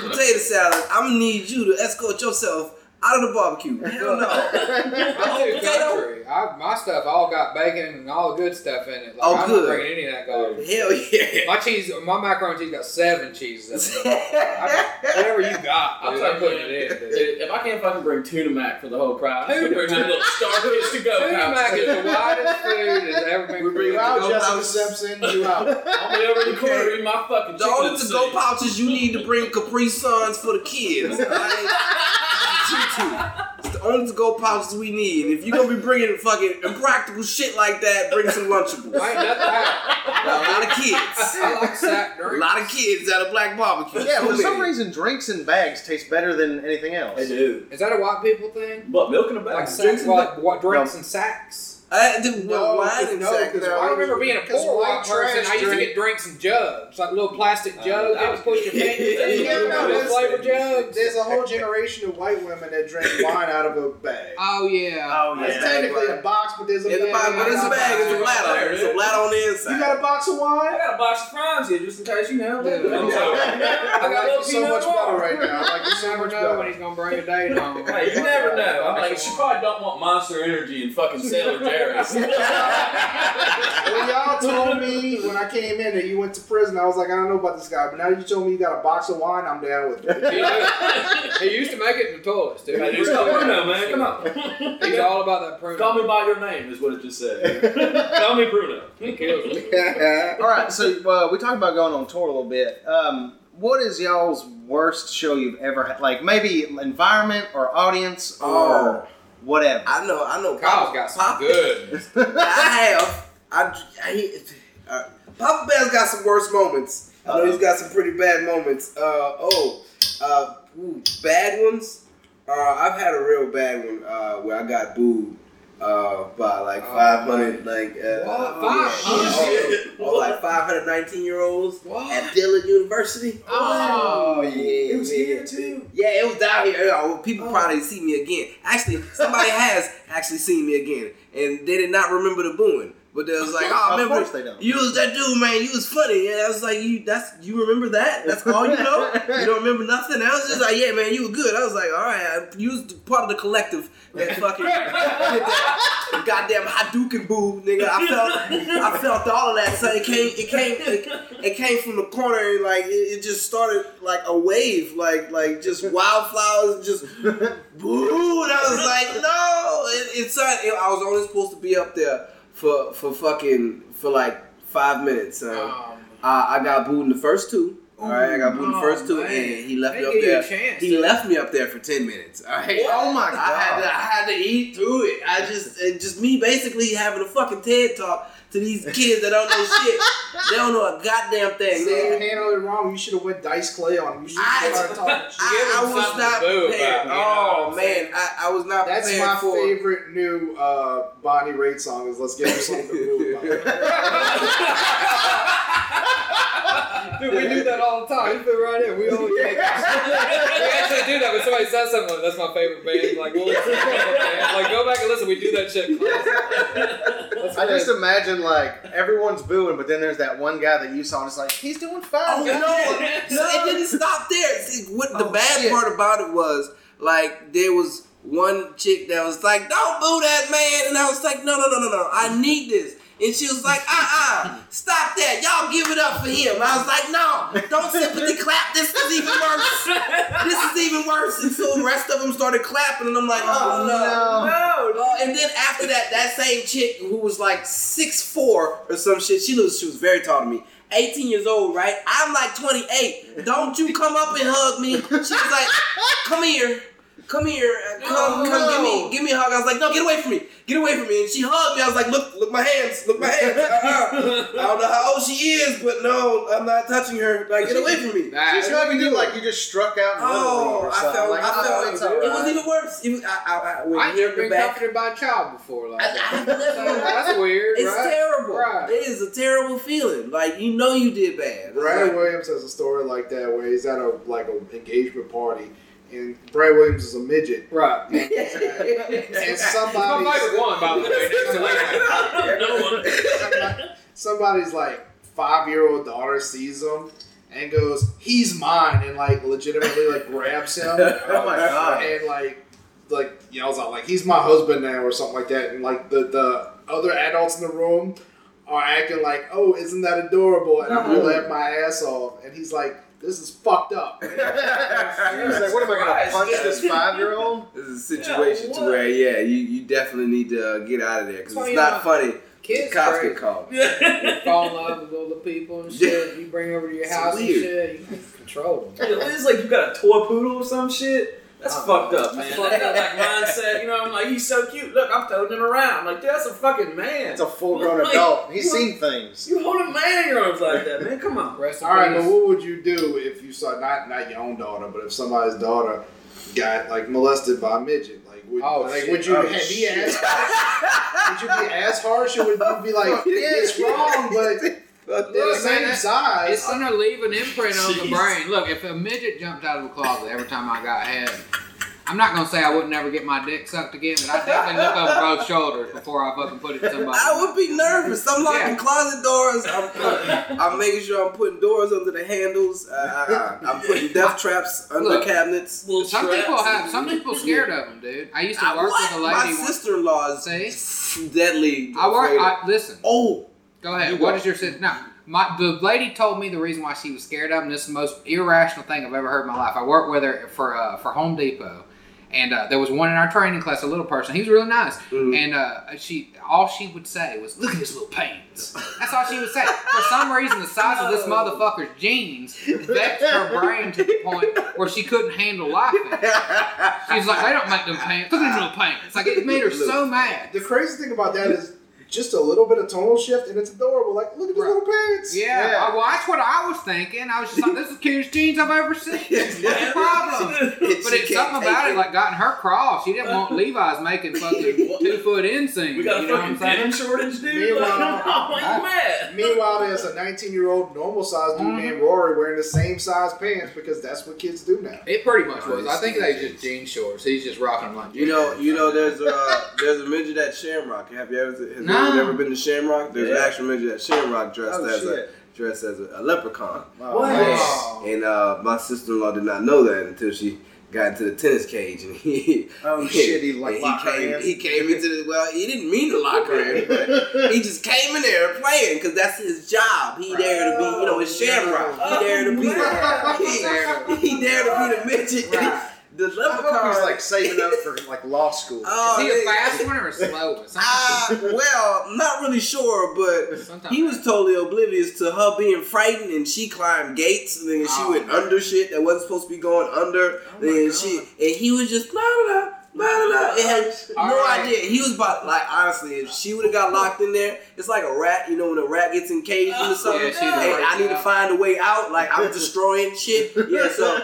S3: [LAUGHS]
S7: the potato salad, I'm gonna need you to escort yourself out of the barbecue. [LAUGHS] Hell
S3: [LAUGHS]
S7: no.
S5: I'm too
S7: Potato.
S5: country. I, my stuff all got bacon and all the good stuff in it. Like,
S7: Oh,
S5: I'm not
S7: good.
S5: bringing any of that garbage.
S7: Hell yeah.
S5: My cheese, my macaroni and cheese got seven cheeses. in it. I- Whatever you [LAUGHS] got,
S4: I'll
S5: dude,
S4: tell
S5: I'm
S4: you
S5: putting
S4: what.
S5: it in. Dude.
S4: Dude, If I can't fucking bring tuna mac for the whole crowd, I'm
S5: Tuna
S4: gonna bring that
S5: mac.
S4: little starfish to go.
S5: Food mac is the widest food that's ever been
S6: you
S5: created.
S6: out,
S7: Go
S6: Jessica
S7: house.
S6: Simpson. You out.
S4: I'll be over in the corner eating my fucking
S7: The
S4: chicken.
S7: only
S4: and
S7: to go
S4: steak.
S7: pouches you need to bring Capri Suns for the kids. alright? That's what you two. It's the only to go pouches we need. And if you're gonna be bringing fucking impractical shit like that, bring some Lunchables.
S5: I ain't nothing out.
S7: A lot of kids.
S5: I like sack
S7: A
S5: drinks.
S7: lot of kids at a black barbecue.
S3: yeah, for
S7: Too
S3: some
S7: many.
S3: reason, drinks in bags taste better than anything else.
S4: They do.
S5: Is that a white people thing?
S4: But milk in a
S5: Like
S4: bag.
S5: sacks, like what drinks
S3: No.
S5: and sacks?
S7: I didn't
S6: No,
S7: know wine and
S6: no,
S7: sack.
S6: because
S5: I remember being a
S6: Because
S5: poor
S6: white
S5: white person.
S6: trash
S5: I used to
S6: drink-
S5: get drinks in jugs, like little plastic
S4: Uh,
S5: jugs.
S4: that
S5: you
S4: was
S5: would put your
S7: good.
S5: [LAUGHS] fingers in.
S6: Yeah, no,
S5: little
S6: that's-
S5: flavored jugs.
S6: There's a whole generation of white women that drink wine out of a bag.
S5: Oh yeah.
S3: Oh
S6: It's technically a box, but there's a
S7: In the
S6: bag.
S7: bag, but it's a bag. It's a bladder. It's a bladder on the inside.
S6: You got a box of wine?
S4: I got a box of fries here just in case you know. [LAUGHS]
S5: Yeah.
S4: I'm
S6: [LAUGHS]
S4: sorry.
S6: I like you so much better right now. I like you
S5: You
S6: so
S5: never
S6: much
S5: know when
S6: better.
S5: he's gonna bring a
S7: [LAUGHS]
S5: date home.
S4: Hey, you never know. I'm like, she probably don't want Monster Energy and fucking Sailor [LAUGHS] Jerry's.
S6: When y'all told me when I came in that you went to prison, I was like, I don't know about this guy. But now you told me you got a box of wine, I'm down with it.
S5: He used to make it in the toilets, dude.
S4: Hey, dude, come on now, man. Come on.
S5: He's all about that pruning.
S4: Call me by your name is what it just said. Call me Bruno.
S3: [LAUGHS] All right, so uh, we talked about going on tour a little bit. Um, what is y'all's worst show you've ever had? Like maybe environment or audience or [LAUGHS] whatever.
S7: I know. I know.
S5: Kyle's
S7: Papa-
S5: got some
S7: Papa-
S3: Oh,
S5: good.
S7: I have. oh, I. I hate- uh, Papa Bear's got some worse moments. I know he's got some pretty bad moments. Uh oh. Uh, ooh, bad ones. Uh, I've had a real bad one uh, where I got booed uh, by like
S5: Oh,
S7: 500 like uh,
S5: What?
S7: yeah,
S5: 500?
S7: or- or, like 519 year olds
S5: What?
S7: at Dillon University.
S5: Oh,
S7: yeah, it
S6: was here, too?
S7: Yeah, it was down here. You know, People probably see me again. Actually, somebody [LAUGHS] has actually seen me again, and they did not remember the booing. But they was like, "Oh,
S3: Of
S7: remember
S3: course they don't.
S7: you was that dude, man. You was funny." And I was like, "You that's you remember that? That's all you know? you don't remember nothing?" I was just like, "Yeah, man, you were good." I was like, "All right, I, you was part of the collective that fucking did that [LAUGHS] goddamn Hadouken boo, nigga." I felt I felt all of that. So it came it came it, it came from the corner and like it, it just started like a wave, like like just wildflowers just boo. And I was like, "No!" It, it's not- it, I was only supposed to be up there for for fucking for like five minutes. Um,
S5: Um,
S7: I, I got booed in the first two. All right, I got booed in the
S5: Oh,
S7: first two,
S5: man.
S7: and he left
S5: They
S7: me up
S5: give you a
S7: there.
S5: chance,
S7: he
S5: dude.
S7: left me up there for ten minutes. All right.
S6: Oh my
S7: I had
S6: god.
S7: to, I had to eat through it. I just, and just me basically having a fucking TED talk to these kids that don't know shit. They don't know a goddamn thing.
S6: See, you
S7: man.
S6: handled it wrong. You should have went dice clay on him. You should
S7: I-
S6: have started talking shit.
S5: Give
S7: I, I
S5: them
S7: was
S5: something
S7: not
S5: to boo
S7: prepared.
S5: about, you know
S7: Oh
S5: what I'm saying?
S7: man, I, I was not
S6: That's
S7: prepared
S6: my
S7: for.
S6: favorite new uh, Bonnie Raitt song. Is let's give her something to do.
S5: dude, we do that all the time. We fit right in. We
S7: [LAUGHS]
S6: [LAUGHS]
S5: always make We actually do that when somebody says something. That's my favorite band. Like, well, it's my favorite band. like go back and listen. We do that
S7: [LAUGHS]
S5: shit.
S3: I just imagine like everyone's booing, but then there's that one guy that you saw, and it's like he's doing fine.
S7: Oh
S3: guys."
S7: no! So it didn't stop there. See, what the
S6: Oh,
S7: bad
S6: shit.
S7: part about it was, like, there was one chick that was like, "Don't boo that man," and I was like, "No, no, no, no, no! I need this." And she was like, uh uh stop that. Y'all give it up for him. I was like, no, don't [LAUGHS] sympathy clap. This is even worse. This is even worse. And so the rest of them started clapping, and I'm like, oh, no.
S4: No.
S7: Uh, and then after that, that same chick who was like six four or some shit, she was she was very tall to me. 18 years old, right? I'm like 28. Don't you come up and hug me. She was like, come here. Come here. Uh, Come,
S3: No.
S7: come, give me, give me a hug. I was like, no, get away from me. Get away from me. And she hugged me. I was like, look, look my hands. Look my hands. Uh-uh. I don't know how old she is, but no, I'm not touching her. Like, get away from me.
S5: Nah,
S3: Just maybe do like you just struck out. In the living room
S7: Oh,
S3: or
S7: I
S3: something.
S7: felt,
S3: like,
S7: I
S3: oh,
S7: felt,
S3: it's
S7: it was
S3: [LAUGHS] alright.
S7: even worse. It was, I, I, I, when
S5: I
S7: I
S5: ain't
S7: hear
S5: never
S7: the
S5: been
S7: back,
S5: comforted by a child before like
S7: I- I
S5: that.
S3: [LAUGHS]
S7: have never-
S5: So that's weird,
S7: It's
S5: right?
S7: terrible.
S5: Right.
S7: It is a terrible feeling. Like you know you did bad. It's
S6: Brad
S7: like, [LAUGHS]
S6: Williams has a story like that where he's at a like an engagement party, and Brad Williams is a
S5: [LAUGHS]
S6: midget,
S5: Right.
S6: and
S5: My
S6: somebody's,
S5: favorite one,
S6: [LAUGHS]
S5: by the way. next to Larry.
S4: No one.
S6: [LAUGHS] somebody's like five year old daughter sees him and goes, "He's mine," and like legitimately like grabs him.
S3: [LAUGHS] Oh my God.
S6: And like like yells out like, "He's my husband now," or something like that. And like the the other adults in the room are acting like, "Oh, isn't that adorable?" And I'm gonna laugh my ass off. And he's like, "This is fucked
S3: [LAUGHS]
S6: up."
S3: He was like,
S7: [LAUGHS]
S3: what am I gonna
S7: Christ,
S3: punch
S7: yeah.
S3: this five year old?
S7: This is a situation to
S4: what?
S7: where yeah, you, you definitely need to uh, get out of there because
S5: Well,
S7: it's
S5: you
S7: not
S5: know,
S7: funny.
S5: Kids
S7: cops
S5: crazy.
S7: get called.
S5: You fall in love with little people and shit. You bring over to your
S7: It's
S5: house
S7: weird.
S5: and shit. You can't control them.
S4: It's like you got a toy poodle or some shit. That's
S5: Oh,
S4: fucked up, man.
S5: that's
S4: That, that, like mindset, you know. I'm like, he's so cute. Look, I'm toting him around. I'm like, dude, that's a fucking man.
S3: It's a
S7: [LAUGHS]
S3: full grown
S4: Like,
S3: adult. He's
S4: you-
S3: seen things.
S4: you hold a man in your arms like that, man. Come on.
S5: Rest in
S6: All right,
S5: peace.
S6: but what would you do if you saw not not your own daughter, but if somebody's daughter got like molested by a midget? Like, would,
S5: Oh,
S6: like,
S5: shit.
S6: would you
S5: Oh,
S6: ha- be as harsh? would you be as harsh, or would you be
S5: [LAUGHS]
S6: like, yeah, it's wrong, but they're the
S5: Look, man,
S6: same
S5: that-
S6: size?
S5: It's gonna leave an imprint on the
S4: Jeez.
S5: brain. Look, if a midget jumped out of a closet every time I got head, I'm not gonna say I would never get my dick sucked again, but I definitely look over
S7: [LAUGHS]
S5: both shoulders before I fucking put it in somebody.
S7: [LAUGHS] I would be nervous. I'm locking
S5: Yeah.
S7: closet doors.
S4: [LAUGHS]
S7: I'm, I'm making sure I'm putting doors under the handles. Uh, I, am
S5: [LAUGHS]
S7: putting death traps under
S5: Look.
S7: cabinets.
S5: Some people have. Some people scared of them, dude. I used to
S7: I,
S5: work with a
S7: what? My
S5: lady. once.
S7: sister-in-law is
S5: See?
S7: deadly.
S5: I work.
S7: afraid of-
S5: I, listen.
S7: oh,
S5: Go ahead.
S7: You
S5: What
S7: go.
S5: is your sister? No, my the lady told me the reason why she was scared of him. This is the most irrational thing I've ever heard in my life. I worked with her for uh, for Home Depot, and uh, there was one in our training class, a little person. He was really nice,
S7: Mhm.
S5: and uh, she all she would say was, "Look at his little pains." That's all she would say. For some reason, the size of this
S7: No.
S5: motherfucker's jeans vexed her brain to the point where she couldn't handle life. She's like, "They don't make them pants. Look at his little pains." Like it made her so mad.
S6: the crazy thing about that is just a little bit of tonal shift, and it's adorable. Like, look at his
S5: Right.
S6: little pants.
S5: Yeah,
S3: Yeah.
S5: I- well, that's what I was thinking. I was just like, this is the cutest jeans I've ever seen. What's the problem? But it's something about it, like, gotten her cross. She didn't want Levi's making fucking
S4: What?
S5: two foot
S4: [LAUGHS]
S5: inseam.
S4: We got a
S5: you know what
S4: fucking
S5: I'm saying?
S4: denim shortage, dude.
S6: Meanwhile,
S4: Like, [LAUGHS] I'm like,
S6: I-
S4: mad.
S6: Meanwhile, there's a 19 year old normal size dude
S5: Mhm.
S6: named Rory wearing the same size pants because that's what kids do now.
S5: It pretty much was.
S7: Nice.
S5: I think they just jean shorts. He's just rocking them like
S7: You know, you know, there's a there's a midget at Shamrock. Have you ever has anyone
S5: No.
S7: ever been to Shamrock? There's an
S4: Yeah.
S7: actual midget at Shamrock dressed
S3: Oh,
S7: as
S3: shit.
S7: a dressed as a, a leprechaun.
S4: What?
S5: Oh.
S7: And uh, my sister-in-law did not know that until she got into the tennis cage and he
S3: Oh,
S7: [LAUGHS]
S3: shit, he, like,
S7: and
S3: locked her
S7: came
S3: in?
S7: he came into the well he didn't mean to lock her
S6: [LAUGHS]
S7: in but he just came in there playing because that's his job he there to be you know it's Shamrock he there to be
S5: Oh,
S7: he, he there to be the midget
S5: Right.
S7: [LAUGHS] the
S3: I hope
S7: leprechaun
S3: he's like
S7: [LAUGHS]
S3: saving up for like law school.
S7: Oh,
S5: Is he a
S7: yeah.
S5: fast one or a slow one?
S7: Uh, well, I'm not really sure, but
S5: Sometimes.
S7: he was totally oblivious to her being frightened, and she climbed gates, and then she
S5: Oh.
S7: went under shit that wasn't supposed to be going under.
S5: Oh my
S7: then
S5: God.
S7: she and he was just la la la. la la la. It had
S5: All
S7: no
S5: right.
S7: idea. He was about like honestly, if she would have got locked in there, it's like a rat. You know when a rat gets encaged
S4: Oh,
S7: or something.
S5: yeah, she'd have
S7: and I
S5: freaked
S7: need to
S5: out.
S7: find a way out. Like I'm destroying shit. Yeah, so uh,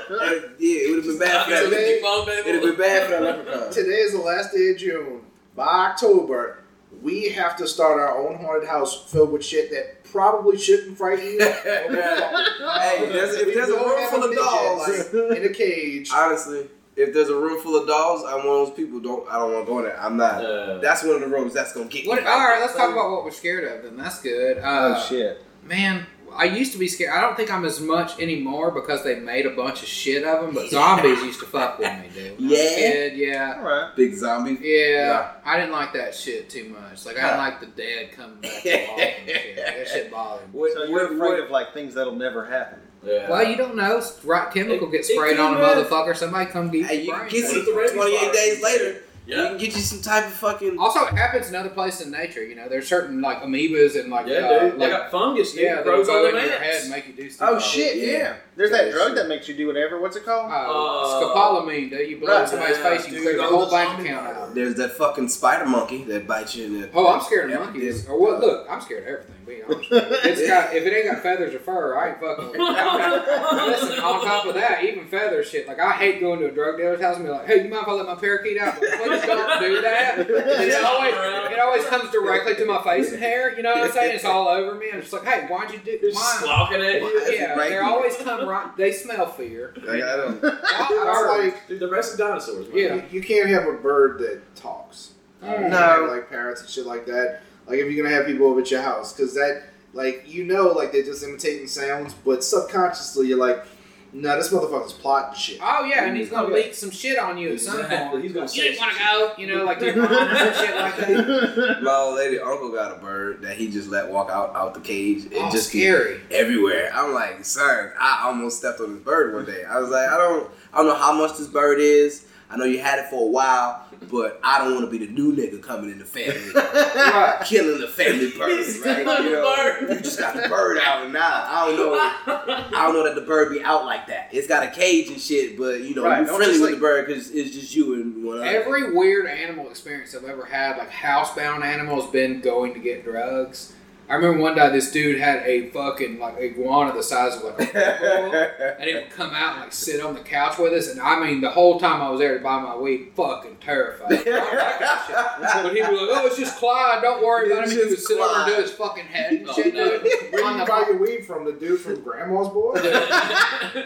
S7: yeah, it would have been bad for
S4: It's a
S7: that.
S4: big bone, baby.
S7: It'd have been bad for that leprechaun.
S6: Today is the last day of June. By October, we have to start our own haunted house filled with shit that probably shouldn't frighten you.
S7: Hey, there's- if
S6: We
S7: there's a
S6: will
S7: room
S6: have
S7: full of
S6: midget,
S7: dogs.
S6: like, in a cage.
S7: Honestly, if there's a room full of dolls, I'm one of those people. Don't I don't want to go in there. I'm not.
S4: Uh,
S7: that's one of the rooms that's gonna get.
S5: What,
S7: me. Oh,
S5: all right, let's talk about what we're scared of. Then that's good. Uh,
S3: shit.
S5: man, I used to be scared. I don't think I'm as much anymore because they made a bunch of shit of them. But zombies used to fuck with me, dude. When I was a
S7: Yeah?
S5: kid, yeah,
S3: All right.
S7: Big zombie.
S5: yeah,
S6: Yeah.
S5: I didn't like that shit too much. Like I didn't like the dead coming back to life and shit. That shit bothered me.
S7: What,
S3: So
S7: what,
S3: you're afraid
S7: what,
S3: of like things that'll never happen.
S4: Yeah.
S5: Well, you don't know. Right chemical gets
S4: It- it
S5: sprayed on a
S4: could have-
S5: motherfucker. Somebody come get your
S7: hey, you can
S5: brain
S7: get
S5: out.
S7: some
S4: With the rabies
S7: 28
S4: virus.
S7: days later.
S4: Yeah.
S7: We can get you some type of fucking.
S5: Also, it happens in other places in nature. You know, there's certain like amoebas and like
S4: Yeah,
S5: uh,
S4: dude. They
S5: like
S4: got fungus, dude.
S5: yeah, that'll
S4: grows on
S5: go
S4: the
S5: into your head
S4: mats.
S5: and make you do stuff.
S3: Oh shit! Yeah.
S7: yeah.
S3: There's
S7: Yeah,
S3: that drug
S7: sure.
S3: [LAUGHS] that makes
S6: [LAUGHS]
S3: you do whatever. What's it
S5: Uh,
S3: called?
S5: scopolamine, dude. You blow
S3: Right.
S5: in somebody's
S4: Yeah,
S5: face, you
S4: dude,
S5: clear the
S4: those
S5: whole bank
S4: zombies.
S5: account out.
S7: There's that fucking spider monkey that bites you in the.
S5: Oh, I'm scared of monkeys. Or what? Look, I'm scared of everything. Being [LAUGHS] honest, with you. It's got if it ain't got feathers or fur, I ain't fucking. With it.
S4: [LAUGHS]
S5: Listen, on top of that, even feather shit. Like I hate going to a drug dealer's house and be like, "Hey, you mind if I let my parakeet out?" Like, Please don't do that. And It always, it always comes directly to my face and hair. You know what I'm saying? It's all over me. I'm just like, "Hey, why'd you do?
S4: It's just
S5: Why?"
S4: squawking at you.
S5: Yeah, they always come right. They smell fear.
S6: Like, I don't.
S5: Why are-
S4: [LAUGHS]
S6: That's like
S4: Dude, the rest of dinosaurs. man.
S5: Yeah.
S6: you, you can't have a bird that talks.
S3: No.
S6: like parrots and shit like that. Like if you're gonna have people over at your house, because that, like you know, like they're just imitating sounds, but subconsciously you're like, no, this motherfucker's plotting
S5: [LAUGHS]
S6: shit.
S5: Oh yeah, and he's gonna
S6: Okay.
S5: leak some shit on you at some
S4: Exactly.
S5: point.
S4: He's gonna
S5: you
S4: say
S5: didn't want to go, you know, like to your mom or some shit like that.
S7: My old lady uncle got a bird that he just let walk out out the cage and
S5: Oh,
S7: just keep
S5: scary.
S7: everywhere. I'm like, son, I almost stepped on this bird one day. I was like, I don't, I don't know how much this bird is. I know you had it for a while, but I don't want to be the new nigga coming in the family,
S5: Right.
S7: killing the family
S4: [LAUGHS]
S7: birds. Right?
S5: [LAUGHS]
S7: You, know? you just got the bird out, and now I don't know. I don't know that the bird be out like that. It's got a cage and shit, but you know,
S3: Right,
S7: you're
S3: don't
S7: friendly
S3: just,
S7: with
S3: like-
S7: the bird because it's just you and one other.
S5: Every weird animal experience I've ever had, like housebound animal, has been going to get drugs. I remember one day this dude had a fucking like iguana the size of like a pit bull, and it would come out and like sit on the couch with us. And I mean, the whole time I was there to buy my weed, fucking terrified. I don't like that shit. But he was like, "Oh, it's just Clyde. Don't worry about him."
S7: It's
S5: And he would
S7: just
S5: sit over and do
S7: Clyde.
S5: his fucking head and
S4: Oh,
S5: [LAUGHS] shit.
S4: no.
S5: dude.
S6: Where do
S5: On the
S6: you buy your weed from? The dude from Grandma's
S5: [LAUGHS]
S6: Boy? [LAUGHS]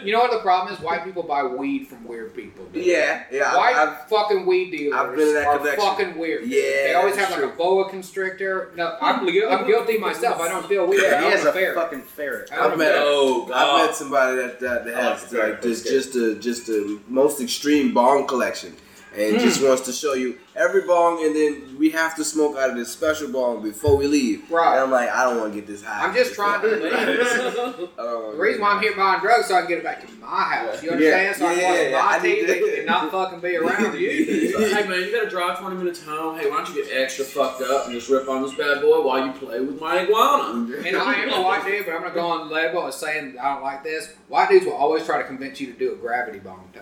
S5: You know what the problem is? White people buy weed from weird people. dude.
S7: [LAUGHS] yeah, yeah. I-
S5: White
S7: I've-
S5: fucking weed dealers
S7: I've been in that
S5: are
S7: connection.
S5: fucking weird.
S7: Yeah,
S5: they always
S7: that's
S5: have like a boa constrictor. No, I'm, gu- I'm guilty myself. I don't feel weird.
S3: Yeah,
S5: I
S3: he
S5: don't
S3: has a
S5: fair.
S3: fucking ferret.
S5: I don't
S7: I've met,
S4: Oh, God.
S7: I've met somebody that that, that
S4: I like
S7: has
S4: the
S7: like just
S4: very-
S7: just the just the most extreme bong collection, and
S5: Hmm.
S7: just wants to show you every bong, and then we have to smoke out of this special bong before we leave.
S5: Right.
S7: And I'm like, I don't want to get this high.
S5: I'm just trying to
S7: [LAUGHS]
S5: leave.
S7: Oh,
S5: The reason why I'm here buying drugs so I can get it back to my house. You
S7: Yeah.
S5: understand? So I
S7: Yeah,
S5: can
S7: yeah,
S5: watch
S7: I
S5: my
S7: need
S5: TV
S7: to-
S5: and not fucking be around
S7: [LAUGHS]
S5: you.
S4: [LAUGHS] hey man, you gotta drive 20 minutes home. Hey, why don't you get extra fucked up and just rip on this bad boy while you play with my iguana?
S5: And I am a white dude, but I'm gonna go on the label as saying that I don't like this. White dudes will always try to convince you to do a gravity bomb toe.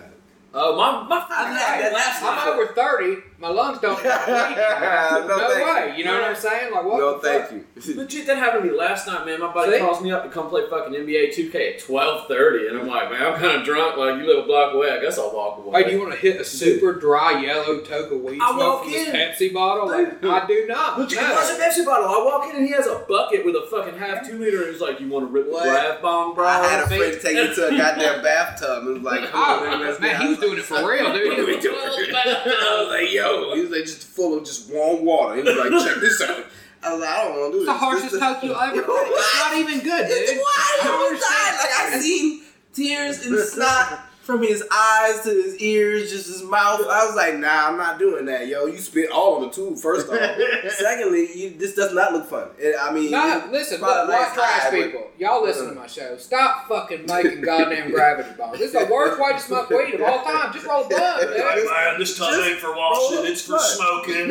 S4: Oh, my, my
S7: I
S4: fucking
S7: laughed at last
S5: I'm
S7: night.
S5: over 30. My lungs
S7: [LAUGHS]
S5: don't. no
S7: No, thank
S5: way. You know what I'm saying? Like what?
S7: [LAUGHS] No,
S5: the fuck?
S7: thank you. [LAUGHS]
S4: Legit, that happened to me last night, man. My buddy
S5: See?
S4: calls me up to come play fucking NBA 2K at 12:30, and I'm like, man, I'm kind of drunk. Like, you live a block away. I guess I'll walk away.
S5: Hey, do you want to hit a super dry yellow toke of weed
S4: I
S5: smoke
S4: walk
S5: from this
S4: in.
S5: Pepsi bottle? Like, I do not.
S4: Look, you
S5: No.
S4: watch a Pepsi bottle. I walk in and he has a bucket with a fucking half two liter, and he's like, "You want to rip the
S7: What?
S4: grab bomb, bro?"
S7: I had a
S4: See?
S7: friend take me to a goddamn bathtub. It was like, come on,
S5: Oh,
S7: let's get
S5: man,
S7: out.
S5: he was doing it for
S4: [LAUGHS]
S5: real, dude. He was
S7: I was like, yo, he was like just full of just warm water. He was like, check this out. I was like, I don't want to do
S5: It's the
S7: this.
S5: harshest
S7: This is-
S5: toke you ever. It's not even
S7: [LAUGHS]
S5: good,
S7: It's
S5: dude.
S7: why
S5: I
S7: he
S5: don't
S7: was dying.
S5: understand.
S7: Like I seen tears and snot from his eyes to his ears, just his mouth. I was like, nah, I'm not doing that, yo. You spit all on the tube, first off.
S5: [LAUGHS]
S7: Secondly, you, this does not look fun. It, I mean,
S5: No, listen,
S7: Probably
S5: look, white
S7: last
S5: trash
S7: time, but-
S5: people, y'all listen to my show. Stop fucking making
S7: [LAUGHS]
S5: goddamn gravity bombs. This is the worst way to smoke weed of all time. Just roll a blunt, dude.
S8: Man, this time ain't for
S7: roll
S8: washing, it's for
S7: up.
S8: smoking.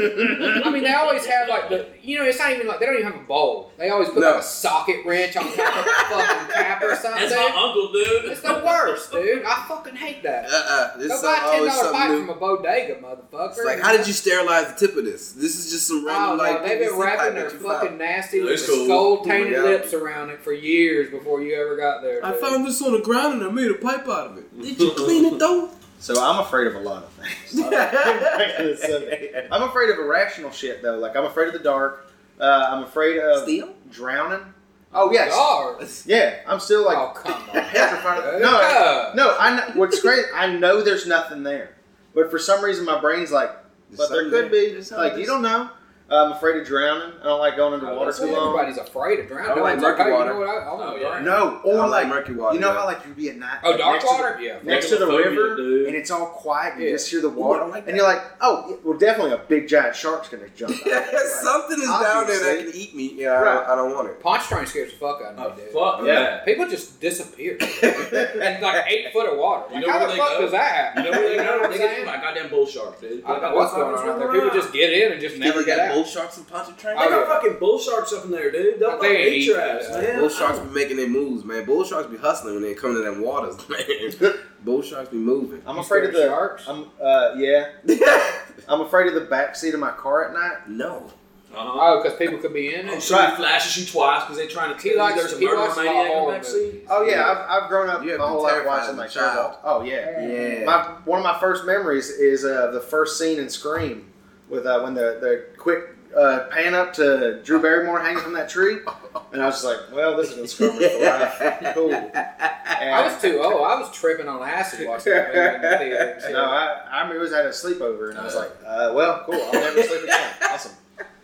S5: I mean, they always have like the, you know, it's not even like they don't even have a bowl. They always put
S7: No.
S5: like a socket wrench on top of a fucking cap or something.
S4: That's my uncle, dude.
S5: It's the worst, dude. I fucking hate that.
S7: [LAUGHS] uh-uh. This
S5: Go
S7: is
S5: buy a ten
S7: always
S5: dollar pipe
S7: something
S5: from
S7: new.
S5: a bodega, motherfucker.
S7: It's like, how did you sterilize the tip of this? This is just some
S5: Oh,
S7: random, like,
S5: no, they've
S7: PVC
S5: been
S7: pipe
S5: wrapping
S7: that
S5: their
S7: you
S5: fucking nasty
S4: That's
S5: little
S4: cool.
S5: skull tainted
S7: Yeah.
S5: lips around it for years before you ever got there.
S7: found. I
S5: dude.
S7: found this on the ground and I made a pipe out of it. Did you clean it though?
S3: So I'm afraid of a lot of things. [LAUGHS] I'm afraid of irrational shit though. Like I'm afraid of the dark. Uh, I'm afraid of
S7: Steel?
S3: drowning. Oh yes.
S5: Darn.
S3: Yeah, I'm still like [LAUGHS]
S5: oh
S7: [LAUGHS]
S5: come on.
S3: petrified. of-
S5: dude.
S3: No,
S5: Come.
S3: no. I know, what's crazy. I know there's nothing there, but for some reason my brain's like, but there could be. Like you don't know. I'm afraid of drowning. I don't like
S5: Oh,
S3: going underwater too long.
S5: Everybody's afraid of drowning.
S6: I like
S5: It's
S6: murky
S5: okay, you
S6: water.
S5: know what? I- I wanna
S4: Oh, yeah.
S5: drown.
S3: No, or
S6: I
S3: like,
S6: like murky water.
S3: you know
S6: yeah.
S3: how like you'd be at night.
S5: Oh, dark
S3: next to the-
S5: water? Yeah.
S3: next to the
S4: Phobia,
S3: river,
S4: dude.
S3: and it's all quiet, and you
S5: Yeah.
S3: just hear the
S7: I
S3: water,
S7: like that.
S3: and you're like, "Oh, yeah, well, definitely a big giant shark's gonna jump."
S7: [LAUGHS]
S3: [LAUGHS] out.
S7: something is down there that can eat me. Yeah, I,
S3: Right.
S7: I don't want it.
S5: Ponch train scares the fuck out of me,
S4: Oh,
S5: dude.
S4: [LAUGHS] fuck
S3: Yeah.
S4: yeah.
S5: People
S4: [LAUGHS]
S5: just disappear in like eight foot of water.
S4: You
S5: Like,
S4: know
S5: how
S4: where
S5: the
S4: they
S5: fuck
S4: go?
S5: does that happen?
S4: You know where they
S5: You
S4: [LAUGHS]
S5: know
S4: go?
S5: what I'm
S4: They get
S5: saying?
S4: my goddamn bull shark, dude.
S5: I don't know what's going on out there. People just get in and just never get out.
S7: bull sharks and poncha train?
S4: They
S5: Oh,
S4: got
S5: yeah.
S4: fucking bull sharks up in there, dude. They'll
S5: I think
S4: fucking
S5: they
S4: eat your
S5: eat
S4: ass,
S5: that.
S4: man.
S7: Bull sharks be making their moves, man. Bull sharks be hustling when they come to them waters, [LAUGHS] man. bull sharks be moving.
S3: I'm
S5: You
S3: afraid of
S5: scared
S3: the.
S5: of sharks?
S3: I'm uh, yeah. I'm afraid of the back seat of my car at night.
S7: no.
S4: Uh-huh.
S5: Oh, because people could be in
S4: I'm
S5: it.
S4: sure he flashes you twice because they're trying to
S5: He
S4: tell you
S5: likes
S4: there's a
S5: he
S4: murder
S5: likes a lot
S4: maniac in
S5: of
S4: the
S5: horror
S4: back seat.
S5: movies.
S3: Oh yeah,
S7: Yeah.
S3: I've, I've grown up
S7: You
S3: my
S7: have
S3: whole
S7: been
S3: life
S7: terrified
S3: watching
S7: as a
S3: like
S7: child.
S3: Turbo. Oh yeah.
S7: Yeah.
S3: My one of my first memories is uh, the first scene in Scream with uh, when the the quick uh, pan up to Drew Barrymore hanging from that tree, and I was just like, well, this is gonna scar me for [LAUGHS] life. Cool. And,
S5: I was too old. I was tripping on acid watching that movie in the theater. and shit.
S3: No, I, I was at a sleepover and I was like, uh, well, cool, I'll never
S5: [LAUGHS]
S3: sleep again. Awesome.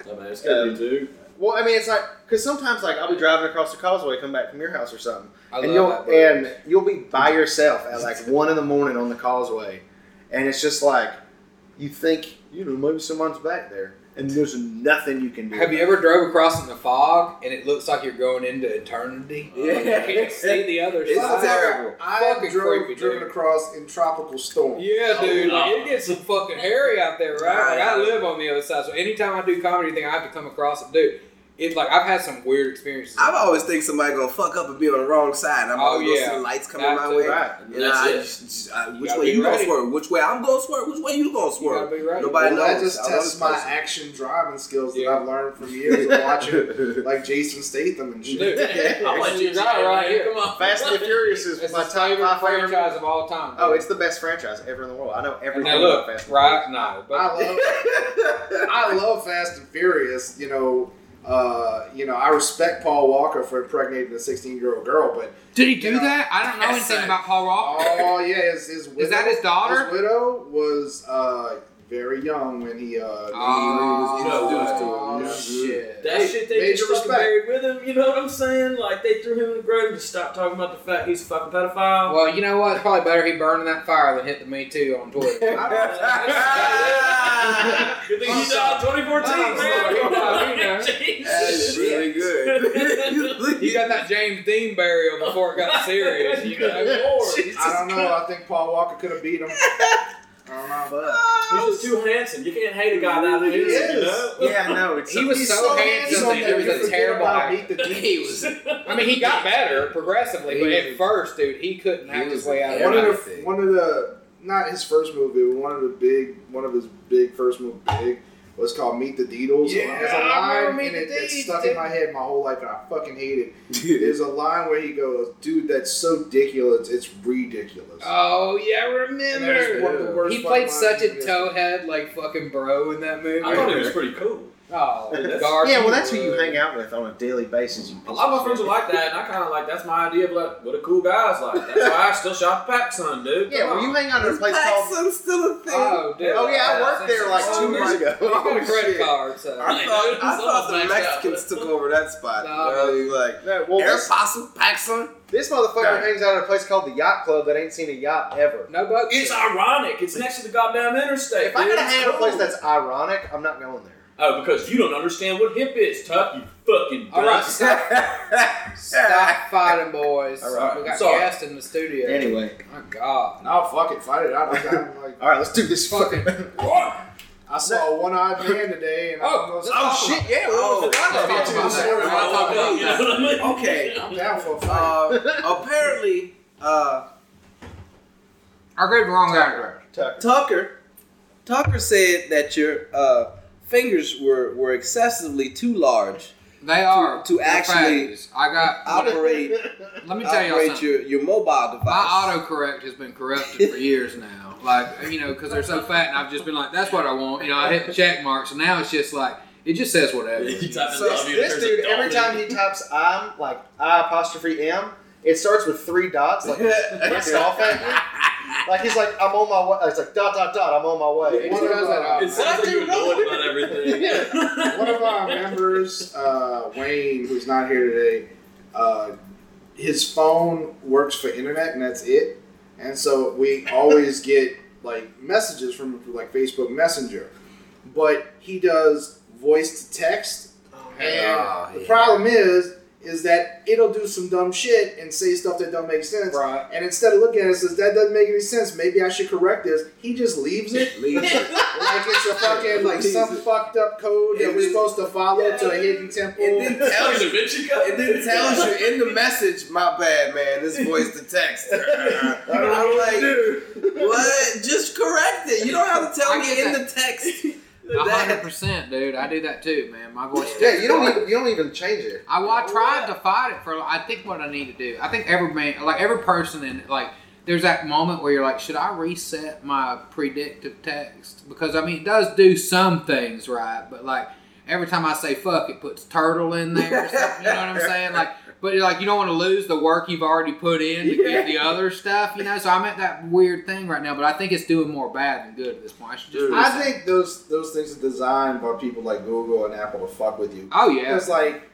S4: Oh, man, it's gotta be, dude.
S3: Well, I mean, it's like because sometimes like I'll be driving across the causeway, come back from your house or something,
S5: I
S3: and you'll
S5: love that movie.
S3: and you'll be by yourself at like one in the morning on the causeway, and it's just like you think you know maybe someone's back there, and there's nothing you can do.
S5: Have you ever drove across in the fog and it looks like you're going into eternity?
S7: Yeah.
S5: Like, you can't see the other
S7: It's
S5: side.
S7: terrible.
S6: I
S5: Fucking
S6: drove,
S5: creepy,
S6: driven [LAUGHS]
S5: dude.
S6: across in tropical storm.
S5: Yeah, dude,
S4: Oh,
S5: like,
S4: no.
S5: it gets some fucking hairy out there, right? Like I live on the other side, so anytime I do comedy thing, I have to come across it, dude. It's like I've had some weird experiences.
S7: I've always think somebody gonna fuck up and be on the wrong side. I'm
S5: Oh,
S7: always gonna
S5: yeah.
S7: see the lights coming
S5: That's
S7: my
S5: it.
S7: way.
S3: Right.
S7: And
S4: That's
S7: I
S4: it.
S7: just- just- I- which
S5: gotta
S7: way
S5: be
S7: you gonna
S5: ready.
S7: swerve? Which way I'm gonna swerve? Which way you
S5: you
S7: gonna
S5: gotta
S7: swerve?
S5: be ready.
S7: Nobody- I
S6: Well, that
S7: know.
S6: just
S7: I love
S6: tests
S7: this
S6: my
S7: person.
S6: action driving skills
S5: Yeah.
S6: that I've learned from years of
S5: [LAUGHS]
S6: watching, like Jason Statham and shit.
S5: Dude,
S4: I'm
S5: it's-
S4: like,
S5: you're right, right here.
S4: Come on.
S3: [LAUGHS] Fast and Furious is
S5: It's my
S3: my top
S5: favorite
S3: five favorite.
S5: franchise of all time.
S3: Oh, it's the best franchise ever in the world. I know everything
S5: now look,
S3: about Fast. and
S5: right? No, but
S6: I love, I love Fast and Furious. You know, uh, you know, I respect Paul Walker for impregnating a 16 year old girl, but
S5: did he
S6: You know,
S5: that? I don't know anything about Paul
S6: oh yeah, his, his
S5: [LAUGHS]
S6: widow,
S5: that his daughter?
S6: His widow was uh, very young when he. Uh,
S5: Oh,
S6: when he was introduced
S5: oh,
S6: to it. [LAUGHS] Yeah.
S5: shit.
S4: That shit they
S6: Major
S4: just fucking
S6: respect.
S4: buried with him, you know what I'm saying? Like they threw him in the grave and just stopped talking about the fact he's a fucking [LAUGHS] pedophile.
S5: Well, you know what? It's probably better he burned in that fire than hit the Me Too on [LAUGHS] Twitter.
S4: Good thing he died in 2014,
S5: Oh,
S4: [LAUGHS]
S5: sorry.
S4: man.
S7: That's
S4: Jesus.
S7: really
S5: [LAUGHS]
S7: good.
S5: you got that James Dean burial before it [LAUGHS] got serious. You know, Lord.
S6: I don't know. I think Paul Walker could have beat him. I don't know.
S4: He's just too handsome. You can't hate a guy that is, you know?
S3: Furious. Yeah, I know. It's
S5: He was
S6: He's
S5: so, handsome.
S6: that
S5: that It was
S6: you
S5: a
S6: forget
S5: terrible
S6: about
S5: actor.
S6: Meet the
S5: [LAUGHS]
S6: Deeds.
S7: he
S4: [LAUGHS]
S7: was
S5: I mean, he got better progressively, but at first, dude, he couldn't
S7: He
S5: act his
S7: was
S5: way out
S6: one
S5: of
S7: everything.
S5: it.
S6: of the one of the not his first movie, but one of the big one of his big first movie big was called Meet the Deedles.
S5: Yeah,
S6: and there's a
S5: I remember
S6: line and
S5: Meet the
S6: it, it
S5: Deeds,
S6: stuck
S5: dude.
S6: in my head my whole life, and I fucking hate it.
S5: [LAUGHS]
S6: There's a line where he goes, "Dude, that's so ridiculous. It's ridiculous."
S5: Oh yeah, I
S6: And that is one of the
S5: remember.
S6: worst
S5: He
S6: fucking
S5: played such a
S6: lines in
S5: towhead, like fucking bro, in that movie.
S4: I thought he was pretty cool.
S5: Oh,
S3: That's-
S5: Garfield.
S3: yeah, well, that's who you hang out with on a daily basis. You
S4: A lot of my friends are like that, and I kind of like that's my idea of like what a cool guy's like. That's why I still shop at PacSun, dude.
S3: Yeah, well, you hang out at a place called.
S7: Paxson's still a thing.
S5: Oh, dude.
S3: Oh yeah, I
S5: Uh, [LAUGHS]
S3: worked there like two
S5: oh,
S3: years
S5: my-
S3: ago.
S5: I got a credit
S3: shit.
S5: card, so.
S7: I thought, I thought the Mexicans took over that spot.
S5: Nah,
S7: I was like,
S3: No, well,
S7: Air
S3: this,
S7: Possum, Paxson.
S3: this motherfucker
S7: Damn.
S3: hangs out at a place called the Yacht Club that ain't seen a yacht ever.
S5: No bucks.
S4: It's ironic. It's next to the goddamn interstate.
S3: If I
S4: dude.
S3: gotta
S4: It's
S3: hang out at a place
S4: cool.
S3: that's ironic, I'm not going there.
S4: oh, because you don't understand what hip is, Tuck. You fucking.
S5: All right,
S4: dumb.
S5: stop,
S3: [LAUGHS]
S5: stop fighting, boys.
S3: All right.
S5: We got
S4: Sorry.
S5: gassed in the studio.
S3: Anyway,
S5: My God.
S6: No, fuck it, fight it. I don't I'm like
S3: all right, let's do this fucking.
S6: I saw a one-eyed man today, and I
S5: Oh,
S6: almost,
S5: oh,
S6: I'm,
S5: shit,
S7: yeah. Oh,
S5: Let's talk about that.
S6: We're
S5: We're
S6: not
S5: not talking about
S4: You know what I mean?
S7: okay.
S6: I'm down for a fight.
S7: Uh, apparently, uh,
S5: I read the wrong address.
S3: Tucker.
S7: Tucker, Tucker said that your uh, fingers were, were excessively too large.
S5: They are.
S7: to
S5: They're
S7: actually
S5: fabulous. I got.
S7: Operate,
S5: Let me tell you
S7: operate
S5: something.
S7: your, your mobile device.
S5: My autocorrect has been corrupted for years now. Like, you know, because they're so fat, and I've just been like, that's what I want. You know, I hit the check mark, so now it's just like, it just says whatever.
S4: You type in
S3: So
S4: love you,
S3: this
S4: there's a
S3: dude, every
S4: dolphin.
S3: time he types I'm
S4: [LAUGHS]
S3: like I apostrophe M, it starts with three dots, like pissed off at me. Like he's like, I'm on my way. It's like dot dot dot. I'm on my way.
S5: He
S3: One of
S5: does
S3: my-
S5: that all-
S4: It sounds like
S7: do
S4: you know
S7: wrong?
S4: it about everything.
S6: One of our members, uh, Wayne, who's not here today, uh, his phone works for internet and that's it. And so we always get like messages from like Facebook Messenger. But he does voice to text. And
S5: ah,
S7: Oh,
S6: the
S7: yeah.
S6: problem is, is that it'll do some dumb shit and say stuff that don't make sense.
S5: Right.
S6: And instead of looking at it, says that doesn't make any sense. Maybe I should correct this. He just leaves it
S7: Leave
S6: [LAUGHS]
S7: it.
S6: like it's a fucking like some fucked up code that we're supposed to follow to a hidden temple.
S7: It didn't
S6: It
S7: tell
S4: Like
S7: you.
S4: the bitchy cup.
S5: [LAUGHS]
S7: It
S4: [LAUGHS]
S7: didn't tell you in the message. My bad, man. This voice
S5: [LAUGHS]
S7: to text. I'm like, what? Just correct it. You don't have to tell
S5: I
S7: me
S5: get
S7: in
S5: that. [LAUGHS]
S7: the text.
S5: A hundred
S7: That,
S5: percent, dude. I do that too, man. My voice.
S3: Yeah,
S5: [LAUGHS]
S3: you don't even you don't even change it.
S5: I, I tried to fight it for. I think what I need to do. I think every man, like every person, in like there's that moment where you're like, should I reset my predictive text? Because I mean, it does do some things right, but like every time I say fuck, it puts turtle in there. Or something, you know what I'm saying? Like, but like you don't want to lose the work you've already put in to get the other stuff, you know. So I'm at that weird thing right now, but I think it's doing more bad than good at this point. I should just.
S7: Dude.
S5: reset.
S6: I think those those things are designed by people like Google and Apple to fuck with you.
S5: Oh yeah.
S6: It's like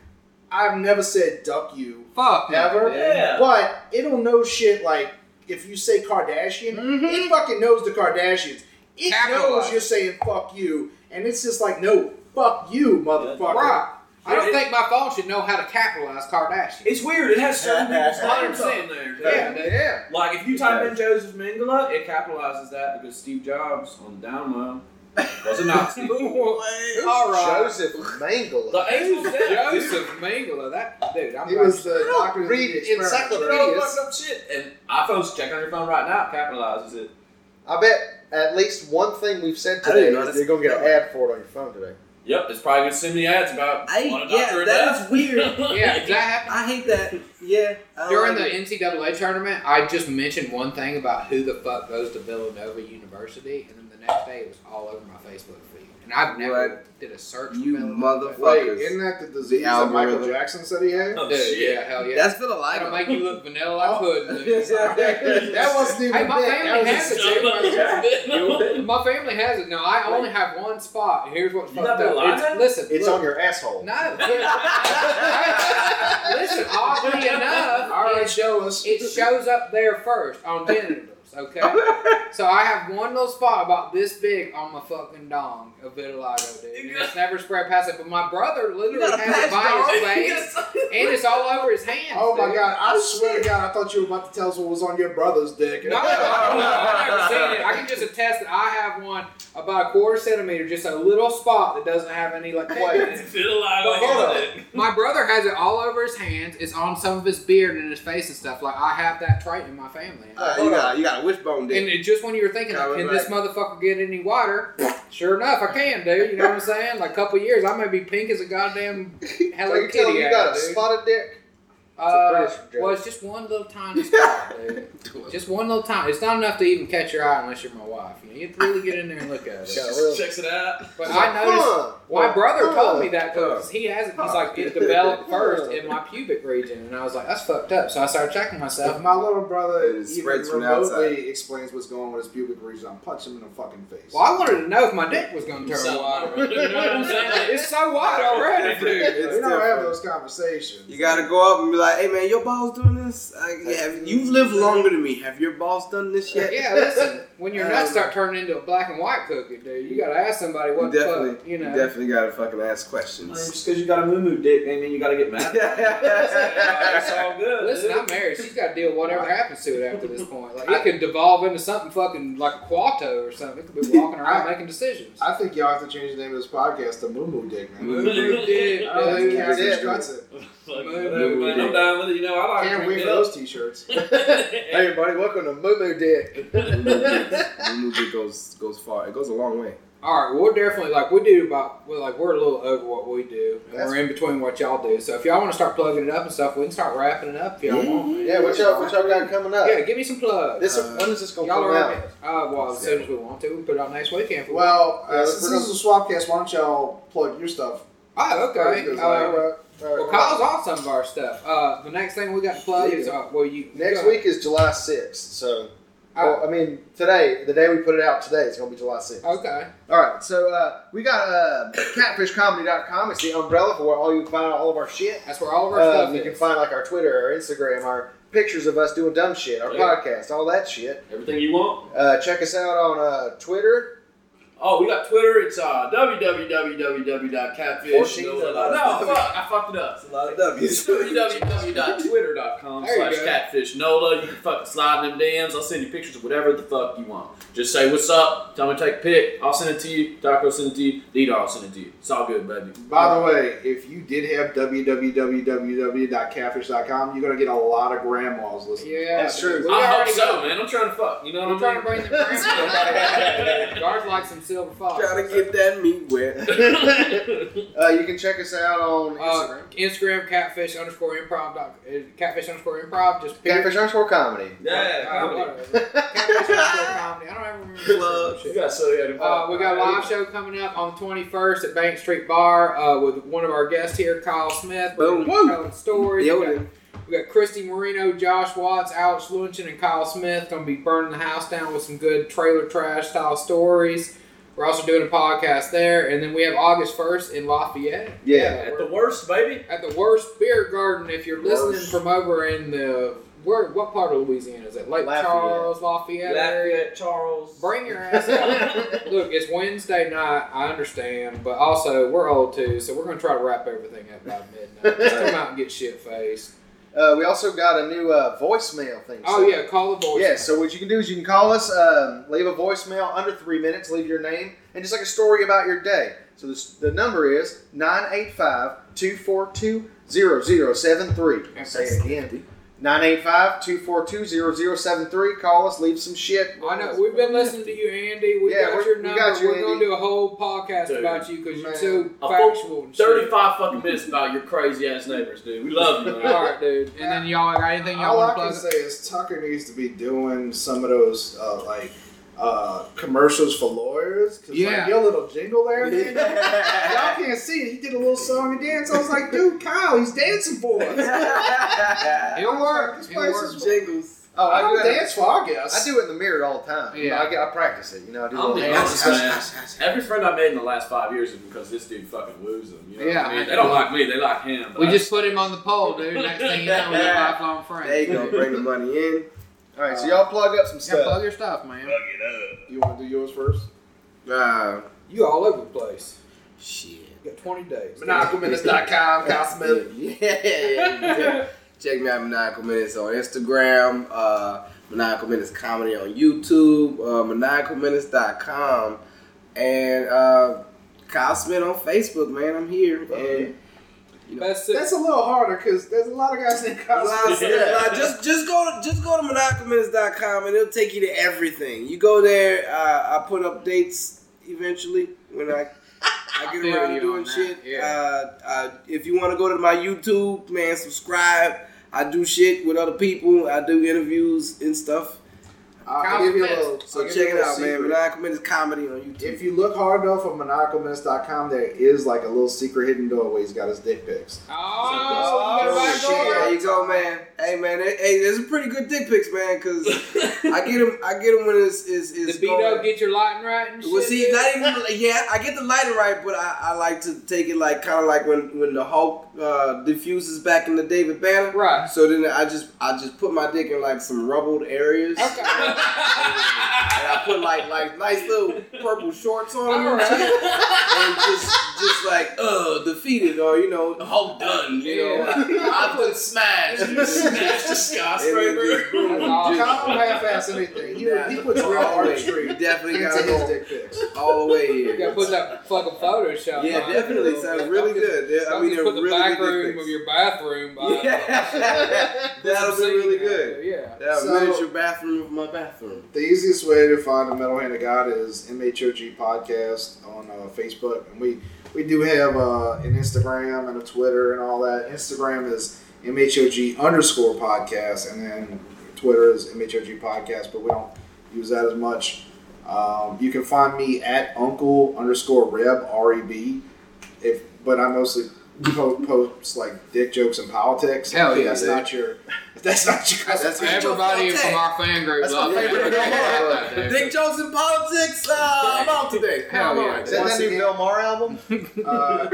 S6: I've never said duck you
S5: Fuck. no,
S6: ever,
S5: dude.
S4: Yeah.
S6: but it'll know shit like if you say Kardashian, it fucking knows the Kardashians. It knows
S5: Capitalize.
S6: you're saying fuck you, and it's just like no fuck you, motherfucker.
S5: Right. I
S4: It-
S5: don't think my phone should know how to capitalize Kardashian.
S4: It's weird. It has certain people's names on there. too.
S5: Yeah, dude.
S6: Yeah.
S4: Like if you type in Joseph Mingala, it capitalizes that because Steve Jobs on the down low was a Nazi.
S5: All right.
S3: Joseph Mangle.
S4: the angels dead.
S5: Joseph Mangala, that dude. I'm
S6: He
S5: like,
S6: was the
S3: don't
S6: doctor.
S3: read
S4: They're all
S3: encyclopedias.
S4: fucked up shit. And iPhones, check on your phone right now, capitalizes it.
S3: I bet at least one thing we've said
S7: I didn't
S3: today
S7: know
S3: is
S7: this.
S3: you're gonna get an ad for it on your phone today.
S4: Yep, it's probably gonna send me ads about
S7: I,
S4: on a doctor
S7: yeah, that
S4: [LAUGHS]
S7: is weird.
S5: yeah, that happened.
S7: I hate that. Yeah. I don't
S5: During
S7: like
S5: the
S7: it.
S5: NCAA tournament, I just mentioned one thing about who the fuck goes to Villanova University, and then the next day it was all over my Facebook feed. And I've never did a search.
S7: You
S5: for Villanova.
S7: motherfucker.
S6: Wait,
S7: Fuckers.
S6: isn't that the disease
S7: The
S6: that Michael
S7: algorithm.
S6: Jackson said he had?
S4: Oh,
S5: Dude,
S4: shit.
S5: yeah, hell yeah.
S7: That's been a lie.
S5: That'll make you look vanilla like pudding.
S6: that wasn't even
S5: Hey, my
S6: big.
S5: family
S6: that
S5: has
S6: was just-
S5: it. dude. My family has it. No, I only have one spot. Here's what's
S4: You
S5: fucked
S4: got the
S5: up. It's-
S4: lion?
S5: listen,
S3: It's
S5: look,
S3: on your asshole.
S5: No. [LAUGHS] Listen, oddly enough,
S6: All right,
S5: it,
S6: show us.
S5: it shows up there first on genitals,
S7: [LAUGHS]
S5: okay? so I have one little spot about this big on my fucking dong of vitiligo, dude. And it's never spread past it. But my brother literally
S7: got a
S5: has it
S7: patch
S5: by
S7: [LAUGHS]
S5: his
S7: dong?
S5: [LAUGHS] face, and it's all over his hands.
S6: Oh my
S5: dude.
S6: god! I swear to God, I thought you were about to tell us what was on your brother's dick.
S5: No, no, no, I've never seen it. I can just attest that I have one about a quarter centimeter, just a little spot that doesn't have any like. pigment
S7: [LAUGHS]
S5: in it. But hold on. My brother has it all over his hands. It's on some of his beard and his face and stuff. Like I have that trait in my family.
S7: Uh, you got you got a wishbone
S5: and
S7: dick.
S5: it, just when you were thinking, like,
S7: Coming
S5: can this motherfucker get any wider? sure enough, I can, dude. You know what I'm saying? Like a couple years, I may be pink as a
S3: [LAUGHS]
S5: goddamn
S3: So
S5: Hello
S3: you're
S5: Kitty.
S3: telling me you
S5: ass,
S3: got a
S5: dude.
S3: spotted dick?
S5: Uh,
S3: British joke.
S5: well, it's just one little tiny spot, dude. Just one little tiny. It's not enough to even catch your eye unless you're my wife. You know, you have to really get in there and look at
S3: Got
S5: it.
S3: a real-
S4: Checks it out.
S5: But I noticed
S3: Huh.
S5: my brother told
S3: Huh.
S5: me that because he has it. He's like, it developed first in my pubic region, and I was like, that's fucked up. So I started checking myself.
S6: If my little brother
S7: It
S6: even
S7: spreads from the outside.
S6: remotely explains what's going on with his pubic region, I'm punching him in the fucking face.
S5: Well, I wanted to know if my dick was going to turn
S4: So-
S5: wide. You know what I'm saying? Like, it's so wide already, dude.
S7: It's
S6: we don't have
S7: different.
S6: those conversations.
S7: You gotta go up and be like, "Hey man, your balls doing this? Uh, yeah, you've lived longer than me. Have your balls done this
S5: Yeah,
S3: [LAUGHS]
S7: yet?"
S5: listen. When your nuts
S7: Um,
S5: start turning into a black and white cookie, dude, you gotta ask somebody
S7: You
S5: what the
S7: definitely,
S5: fuck, you know.
S7: definitely gotta fucking ask questions.
S4: Just because you got a moo moo dick, ain't mean you got to get
S5: Oh,
S7: [LAUGHS]
S4: mad. it's all good.
S5: Listen,
S4: dude.
S5: I'm married. She's got to deal with whatever happens to it after this point. Like it could devolve into something fucking like a quarto or something. It could be walking around making decisions.
S6: I think y'all have to change the name of this podcast to Moo Moo Dick, man.
S4: Moo Moo
S5: Moo moo dick,
S6: I don't think
S5: dude.
S3: Moo
S6: Catfish
S3: Dick.
S6: cuts it.
S4: Fuck,
S5: Moo
S4: whatever,
S7: moo
S4: man. I'm
S7: dick.
S4: down with it. You know, I like
S6: Can't wait
S4: drink
S6: for
S4: [LAUGHS] it up.
S6: those t-shirts.
S3: [LAUGHS] Hey, everybody, welcome to Moo Moo Dick.
S7: Moo dick goes goes far. It goes a long way.
S5: All right, we're definitely like we do about we're like we're a little over what we do, and
S3: That's-
S5: we're in between what y'all do. So if y'all want to start plugging it up and stuff, we can start wrapping it up if y'all want.
S3: Yeah, what y'all, what y'all got coming up?
S5: Yeah, give me some plugs.
S3: This when is this gonna
S5: y'all
S3: come
S5: are
S3: out?
S5: uh, well as soon as we want to, we put it out next weekend. For
S6: Well,
S3: Yeah,
S6: uh, since
S3: we're
S6: this is a swapcast, why don't y'all plug your stuff?
S5: oh okay.
S6: Because,
S5: Uh,
S6: like,
S5: well,
S3: All right,
S5: Kyle's off some of our stuff. Uh, the next thing we got to plug is uh, well you
S3: Next
S5: go.
S3: week is July 6th, so Well, I mean, today, the day we put it out today, it's going to be July 6th.
S5: Okay.
S3: All right, so uh, we got uh, catfishcomedy.com. It's the umbrella for where all you can find all of our shit.
S5: That's where all of our
S3: Uh,
S5: stuff
S3: you can
S5: is.
S3: find like our Twitter, our Instagram, our pictures of us doing dumb shit, our
S4: Yeah.
S3: podcast, all that shit.
S4: Everything you want.
S3: Uh, check us out on uh, Twitter.
S4: Oh, we got Twitter. It's uh, www.catfish.
S7: Fourteen
S4: No,
S7: of
S4: no,
S7: us.
S4: fuck. I fucked it up.
S7: It's a lot of W's.
S4: www.twitter.com
S5: There you
S4: slash
S5: go.
S4: catfish nola. You can fucking slide in them DMs. I'll send you pictures of whatever the fuck you want. Just say what's up. Tell me to take a pic. I'll send it to you. Doc will send it to you. D-Dog will send it to you. It's all good, baby.
S6: By the way, if you did have www.catfish.com, you're going to get a lot of grandmas listening.
S5: Yeah,
S3: That's true.
S5: We
S4: I hope
S5: already
S4: so,
S5: got-
S4: man. I'm trying to fuck. You know
S5: I'm
S4: what
S5: trying to
S4: I
S5: bring
S4: [LAUGHS]
S5: the grandma. Guards like some silver fox.
S7: [LAUGHS] Trying to get that
S5: [LAUGHS]
S7: meat wet.
S4: mean?
S3: Uh, you can check us out on
S5: Uh,
S3: Instagram.
S5: Instagram catfish underscore improv dot uh, catfish underscore improv just pick-
S3: catfish underscore comedy.
S4: [LAUGHS]
S5: Uh,
S4: yeah.
S3: [LAUGHS]
S5: whatever. catfish underscore comedy. I don't ever remember.
S7: Plug.
S5: Shit.
S4: got so yeah.
S5: Uh, we got a live show coming up on the 21st at Bank Street Bar uh, with one of our guests here, Kyle Smith. We're
S7: Boom.
S5: gonna be telling stories. We got,
S7: Yoda.
S5: we got Christy Marino, Josh Watts, Alex Luncheon, and Kyle Smith going to be burning the house down with some good trailer trash style stories. We're also doing a podcast there. And then we have August 1st in Lafayette.
S3: Yeah.
S4: At
S5: we're-
S4: the worst, baby.
S5: at the worst beer garden if you're listening
S6: Worst.
S5: from over in the where what part of Louisiana is it? Lake
S3: Lafayette.
S5: Charles, Lafayette area.
S4: Charles.
S5: Bring your
S3: [LAUGHS]
S5: ass out.
S3: Uh,
S5: Look, it's Wednesday night, I understand, but also we're old too, so we're gonna try to wrap everything up by midnight. Just come out and get shit faced.
S3: Uh, we also got a new uh, voicemail thing.
S5: Oh yeah, call the voice.
S3: Yeah, so what you can do is you can call us, um, leave a voicemail under three minutes, leave your name, and just like a story about your day. So this, the number is 985 242 0073. Say it again 985 242 0073. Call us, leave some shit.
S5: I know we've been listening to you, Andy. We
S3: Yeah,
S5: got
S3: we're-
S5: your
S3: we
S5: number.
S3: got you,
S5: we're gonna
S3: Andy.
S5: do a whole podcast
S4: Dude,
S5: about you because you're
S3: man.
S5: so
S4: A full
S5: factual. and shit.
S4: 35 fucking minutes about your crazy ass neighbors, dude. We love you,
S5: All
S4: man.
S5: right, dude. And then y'all got anything y'all
S6: All I
S5: want to
S6: can
S5: plug?
S6: say is Tucker needs to be doing some of those uh, like uh, commercials for lawyers. 'cause,
S5: Yeah.
S6: like, your little jingle there, man. Y'all can't see it. He did a little song and dance. I was like, dude, Kyle, he's dancing for us.
S5: It'll work.
S6: This
S5: It'll
S6: place
S5: work.
S6: is-
S7: [LAUGHS] Jingles.
S3: Oh,
S6: I
S3: I,
S6: don't
S3: do
S6: dance
S3: dance.
S6: for our guests.
S3: I do it in the mirror all the time.
S5: Yeah.
S3: Yeah. I, get, I practice it. You know, I do
S4: I'm
S3: little
S4: the
S3: dance.
S4: honest man. Every friend I made in the last five years is because this dude fucking woos them. You know
S5: Yeah.
S4: what I mean? They don't like me, they like him. but
S5: We
S4: I- [LAUGHS]
S5: just put him on the poll, dude. Next thing you know, we're lifelong friends.
S7: There you go. Bring the money in.
S3: All right, so y'all plug up some
S5: Yeah,
S3: stuff.
S5: plug your stuff, man.
S6: You want to do yours first?
S7: Uh,
S5: You all over the place.
S7: shit.
S5: You got 20 days.
S6: Monocleminus.com, Kyle Smith.
S7: Yeah. [LAUGHS] Check me out, Maniacal Minutes on Instagram, uh, Maniacal Minutes Comedy on YouTube, uh, maniacalminutes.com, and uh, Kyle Smith on Facebook, man. I'm here. And
S5: That's it.
S6: That's a little harder because there's a lot of guys named
S7: a
S6: Kyle
S7: lot of
S6: Smith.
S7: stuff. Like, just, just go to just go to maniacalminutes.com and it'll take you to everything. You go there, uh, I put up dates eventually when I I
S5: [LAUGHS] I
S7: get
S5: feel
S7: around
S5: you
S7: to doing
S5: on that,
S7: shit.
S5: yeah.
S7: Uh, uh, if you want to go to my YouTube, man, subscribe. I do shit with other people. I do interviews and stuff.
S6: I'll give you a little.
S7: So
S6: I'll give
S7: check
S6: you a
S7: it
S6: little
S7: out, man.
S6: secret.
S7: Maniacal Minutes comedy on YouTube.
S6: If you look hard enough on monocleminus.com, there is like a little secret hidden doorway. He's got his dick pics.
S5: Oh, you
S7: Oh,
S5: better
S7: shit.
S5: back over.
S7: There you go, man. Hey, man. Hey, hey, there's a pretty good dick pics, man. Cause
S5: [LAUGHS]
S7: I get them. I get them when it's it's,
S5: The
S7: it's
S5: beat-up, get your lighting right and shit.
S7: Well, see,
S5: dude.
S7: not even yeah. I get the lighting right, but I, I like to take it like kind of like when when the Hulk uh, diffuses back into David Banner.
S5: Right.
S7: So then I just I just put my dick in like some rubbled areas.
S5: Okay.
S7: And I put like like nice little purple shorts on them
S5: Alright.
S7: [LAUGHS] and just just like uh defeated or you know Hulk done. You know, [LAUGHS] I
S4: [LAUGHS]
S7: put smash. and
S8: Smash the skyscraper.
S7: then just boom,
S5: That's
S7: just-
S6: Kyle don't half-ass anything. He,
S7: Nah.
S6: he puts real
S7: You
S6: artistry
S5: [LAUGHS]
S7: definitely
S6: into
S7: gotta
S6: his
S7: go
S6: dick pics.
S7: all the way
S5: [LAUGHS] You gotta
S7: here.
S5: put that fucking Photoshop
S7: Yeah,
S5: on it.
S7: definitely sounds really good. They're- I
S5: Don't
S7: mean,
S5: just
S7: they're
S5: put the
S7: really
S5: back
S7: good
S5: room
S7: dick
S5: of
S7: pics.
S5: your bathroom by
S7: [LAUGHS] Yeah, that'll be really good.
S5: Yeah.
S7: That'll
S6: So-
S7: manage your bathroom with my bathroom.
S6: The easiest way to find the Metal Hand of God is MHOG Podcast on uh, Facebook, and we we do have uh, an Instagram and a Twitter and all that. Instagram is MHOG underscore podcast, and then Twitter is MHOG Podcast, but we don't use that as much. Um, you can find me at Uncle underscore Reb R E B. If but I mostly po- posts like dick jokes and politics.
S5: Hell yeah,
S6: that's
S5: dude.
S6: not your. [LAUGHS] That's not your.
S7: That's
S6: not your-
S5: Everybody from our fan group
S6: That's my
S5: loves
S6: favorite
S5: it.
S6: girl.
S5: Yeah, dude.
S7: Dick jokes and politics. Uh, I'm out today.
S5: Hell
S7: I'm
S5: yeah.
S7: out.
S3: Is that
S6: Once
S3: that new
S6: again-
S3: Bill Maher album?
S6: Uh,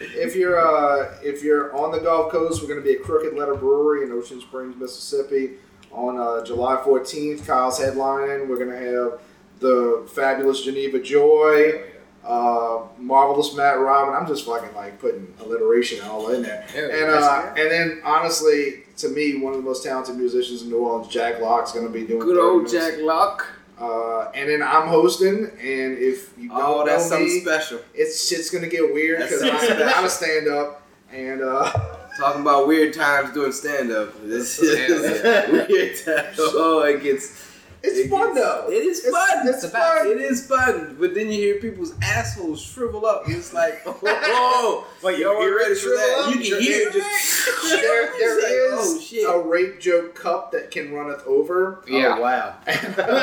S4: [LAUGHS]
S6: if you're uh, if you're on the Gulf Coast, we're going to be at Crooked Letter Brewery in Ocean Springs, Mississippi, on uh, July 14th. Kyle's headlining. We're going to have the fabulous Geneva Joy, uh, marvelous Matt Robin. I'm just fucking like putting alliteration all in there.
S5: Yeah,
S6: And uh, and then honestly, to me, one of the most talented musicians in New Orleans, Jack Locke's going to be doing
S7: Good
S6: 30
S7: old
S6: minutes.
S7: Jack Locke.
S6: Uh, and then I'm hosting, and if you don't
S7: Oh, that's
S6: know
S7: something
S6: me,
S7: special.
S6: it's shit's gonna get weird
S7: That
S6: because
S7: sounds special.
S6: I'm a stand up and
S7: [LAUGHS]
S6: uh,
S7: Talking about weird times doing stand up. This is
S5: Yeah.
S7: [LAUGHS] weird times. Oh, it gets.
S6: it's
S7: it
S6: fun
S7: gets-
S6: though.
S7: It is
S6: It's-
S7: fun.
S6: it's fun.
S7: It is fun. But then you hear people's assholes shrivel up. It's like, whoa.
S3: Wait,
S7: y'all weren't ready for
S6: shrivel
S7: that.
S6: up?
S7: You can
S6: Your
S7: hear
S6: ear
S7: it just.
S6: there,
S7: [LAUGHS]
S6: there is
S7: It's like, oh, shit.
S6: a rape joke cup that can runneth over.
S5: Yeah.
S3: Oh, wow.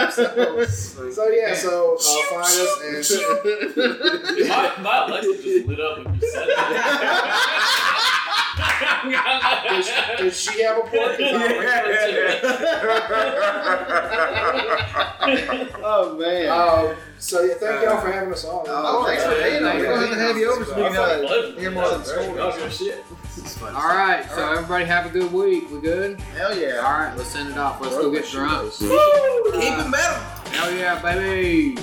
S6: so, so yeah, so uh, find us and [LAUGHS]
S8: my, my Alexa just lit up when you said
S6: does,
S8: that.
S6: does she have a pork?
S3: [LAUGHS] Oh, man.
S6: Um, so yeah, [LAUGHS] thank y'all for having us on.
S3: oh, thanks for being on. We're glad to have you over. Speaking of hear more than school.
S8: Oh,
S5: All right, so everybody have a good week. We good?
S3: Hell
S5: All
S3: yeah.
S5: right, let's send it off. Let's go get drunk.
S7: Keep it metal.
S5: Hell yeah, baby.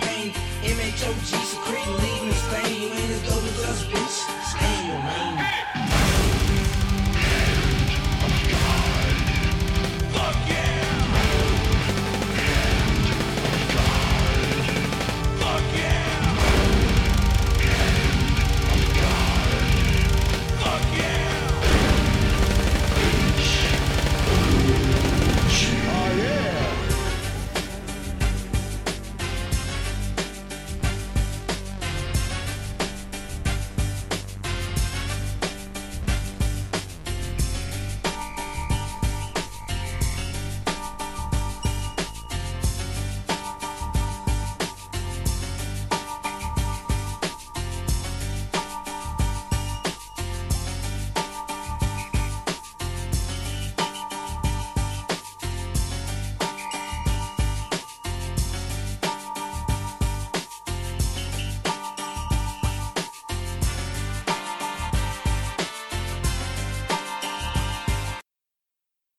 S9: Pain, M H O G secreting, leaving the stain.